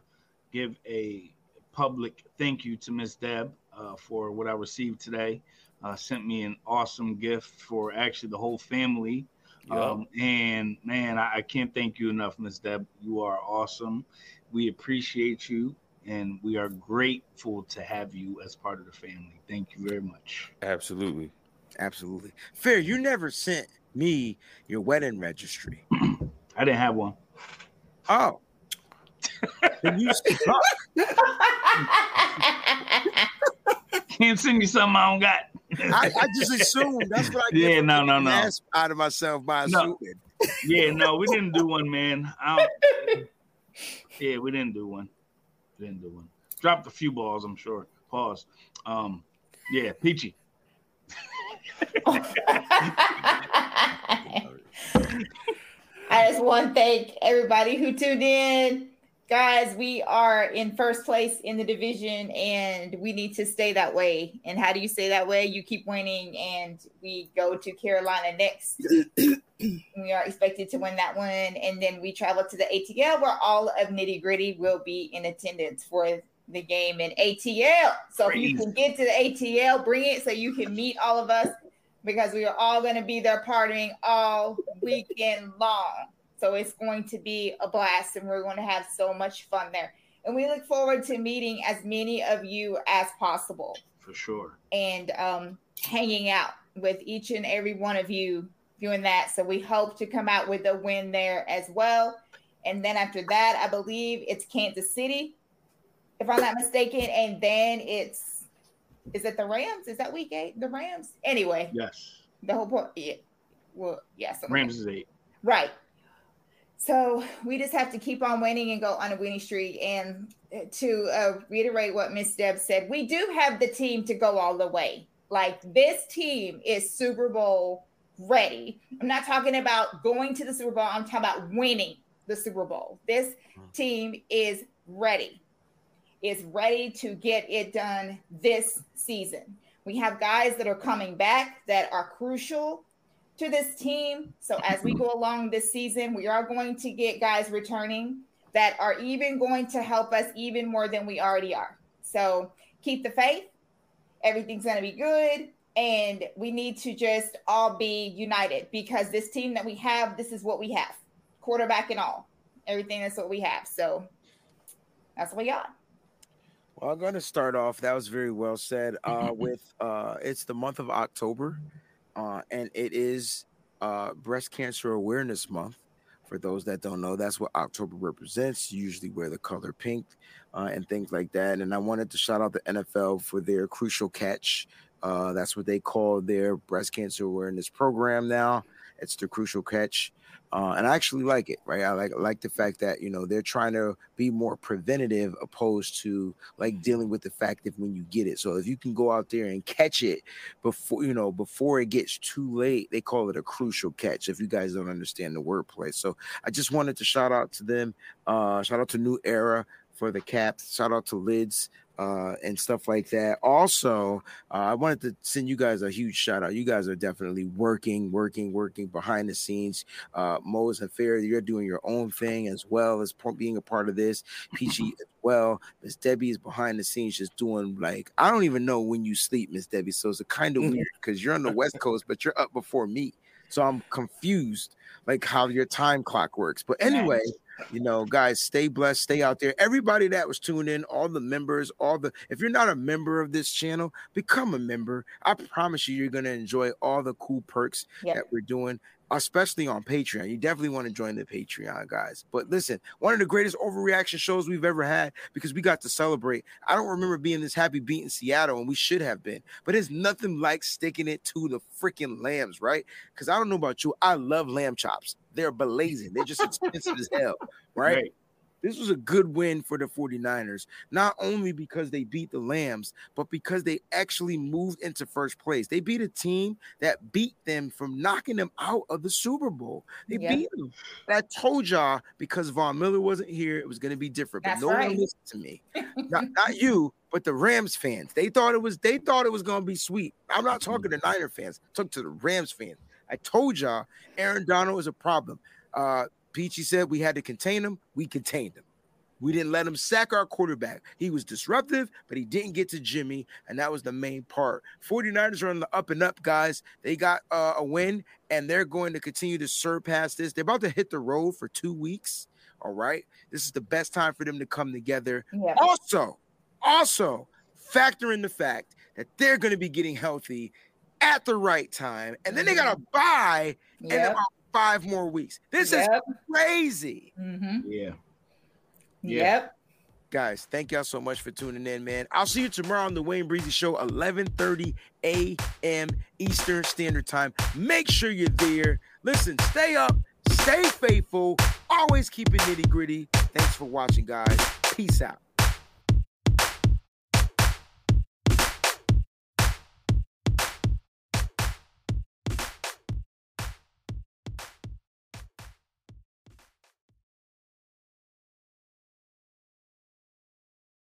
[SPEAKER 3] give a public thank you to Miss Deb uh, for what I received today. Uh, sent me an awesome gift for actually the whole family.
[SPEAKER 8] Yup.
[SPEAKER 3] Um, and man, I, I can't thank you enough, Miss Deb. You are awesome. We appreciate you, and we are grateful to have you as part of the family. Thank you very much.
[SPEAKER 8] Absolutely.
[SPEAKER 6] Absolutely. Fair, you never sent me your wedding registry.
[SPEAKER 3] I didn't have one. *laughs*
[SPEAKER 6] Oh. Then you suck.
[SPEAKER 3] Can't send you something I don't got. *laughs*
[SPEAKER 6] I, I just assumed that's what I get
[SPEAKER 3] Yeah,
[SPEAKER 6] for
[SPEAKER 3] no, no,
[SPEAKER 6] getting
[SPEAKER 3] no.
[SPEAKER 6] ass out of myself by
[SPEAKER 3] No.
[SPEAKER 6] assuming.
[SPEAKER 3] Yeah, no, we didn't do one, man. I don't- yeah, we didn't do one. We didn't do one. Dropped a few balls, I'm sure. Pause. Um, yeah, Peachy.
[SPEAKER 7] I just want to thank everybody who tuned in. guys, we are in first place in the division and we need to stay that way. And how do you stay that way? You keep winning and we go to Carolina next. we are expected to win that one. And then we travel to the ATL where all of nitty gritty will be in attendance for the game in ATL. So if you can get to the ATL, bring it so you can meet all of us because we are all going to be there partying all weekend long. So it's going to be a blast and we're going to have so much fun there. And we look forward to meeting as many of you as possible
[SPEAKER 3] for sure.
[SPEAKER 7] and um, hanging out with each and every one of you doing that. So we hope to come out with a win there as well. And then after that, I believe it's Kansas City, if I'm not mistaken. And then it's, is it the Rams? Is that week eight? The Rams? Anyway,
[SPEAKER 3] Yes.
[SPEAKER 7] the whole point. Yeah. Well, yes. okay.
[SPEAKER 3] Rams is eight.
[SPEAKER 7] Right. So we just have to keep on winning and go on a winning streak. And to uh, reiterate what Miss Deb said, we do have the team to go all the way. Like this team is Super Bowl ready. I'm not talking about going to the Super Bowl. I'm talking about winning the Super Bowl. This team is ready. Is ready to get it done this season. We have guys that are coming back that are crucial to this team. So as we go along this season, we are going to get guys returning that are even going to help us even more than we already are. So keep the faith. Everything's going to be good. And we need to just all be united because this team that we have, this is what we have quarterback and all. Everything that's what we have. So that's what we got.
[SPEAKER 6] Well, I'm gonna start off. That was very well said. Uh, with uh, it's the month of October, uh, and it is uh, Breast Cancer Awareness Month. For those that don't know, that's what October represents. You usually wear the color pink uh, and things like that. And I wanted to shout out the NFL for their crucial catch. Uh, that's what they call their breast cancer awareness program now. It's the crucial catch, uh, and I actually like it. Right, I like like the fact that you know they're trying to be more preventative opposed to like dealing with the fact that when you get it. So if you can go out there and catch it before you know before it gets too late, they call it a crucial catch. If you guys don't understand the wordplay, so I just wanted to shout out to them. Uh, shout out to New Era for the caps. Shout out to Lids uh, and stuff like that. Also, uh, I wanted to send you guys a huge shout out. You guys are definitely working, working, working behind the scenes. Uh, Mo's and Fair, you're doing your own thing as well as po- being a part of this. Peachy as well. Miss Debbie is behind the scenes, just doing like I don't even know when you sleep, Miss Debbie. So it's a kind of weird because you're on the West Coast, but you're up before me. So I'm confused, like how your time clock works. But anyway, you know, guys, stay blessed, stay out there. Everybody that was tuned in, all the members, all the if you're not a member of this channel, become a member. I promise you, you're gonna enjoy all the cool perks
[SPEAKER 7] Yep.
[SPEAKER 6] that we're doing. Especially on Patreon. You definitely want to join the Patreon, guys. But listen, one of the greatest overreaction shows we've ever had because we got to celebrate. I don't remember being this happy beating Seattle, and we should have been. But it's nothing like sticking it to the freaking lambs, right? Because I don't know about you, I love lamb chops. They're blazing. They're just expensive as hell, right?
[SPEAKER 3] Right.
[SPEAKER 6] This was a good win for the 49ers, not only because they beat the Lambs, but because they actually moved into first place. They beat a team that beat them from knocking them out of the Super Bowl. They
[SPEAKER 7] Yeah.
[SPEAKER 6] beat them. And I told y'all because Von Miller wasn't here, it was going to be different. But
[SPEAKER 7] That's
[SPEAKER 6] no
[SPEAKER 7] right.
[SPEAKER 6] one listened to me.
[SPEAKER 7] *laughs*
[SPEAKER 6] not, not you, but the Rams fans. They thought it was they thought it was gonna be sweet. I'm not
[SPEAKER 7] Mm-hmm.
[SPEAKER 6] talking to Niner fans. i talking to the Rams fans. I told y'all Aaron Donald is a problem. Uh Peachy said we had to contain him. We contained him. We didn't let him sack our quarterback. He was disruptive, but he didn't get to Jimmy, and that was the main part. 49ers are on the up and up, guys. They got uh, a win, and they're going to continue to surpass this. They're about to hit the road for two weeks. All right. This is the best time for them to come together.
[SPEAKER 7] Yeah.
[SPEAKER 6] Also, also factor in the fact that they're going to be getting healthy at the right time, and then they got to buy in
[SPEAKER 7] Yep.
[SPEAKER 6] about five more weeks. This
[SPEAKER 7] Yep.
[SPEAKER 6] is crazy,
[SPEAKER 7] Mhm.
[SPEAKER 3] Yeah. Yeah.
[SPEAKER 7] Yep.
[SPEAKER 6] guys. Thank y'all so much for tuning in, man. I'll see you tomorrow on the Wayne Breezy Show, 11:30 a.m. Eastern Standard Time. Make sure you're there. Listen, stay up, stay faithful, always keep it nitty gritty. Thanks for watching, guys. Peace out.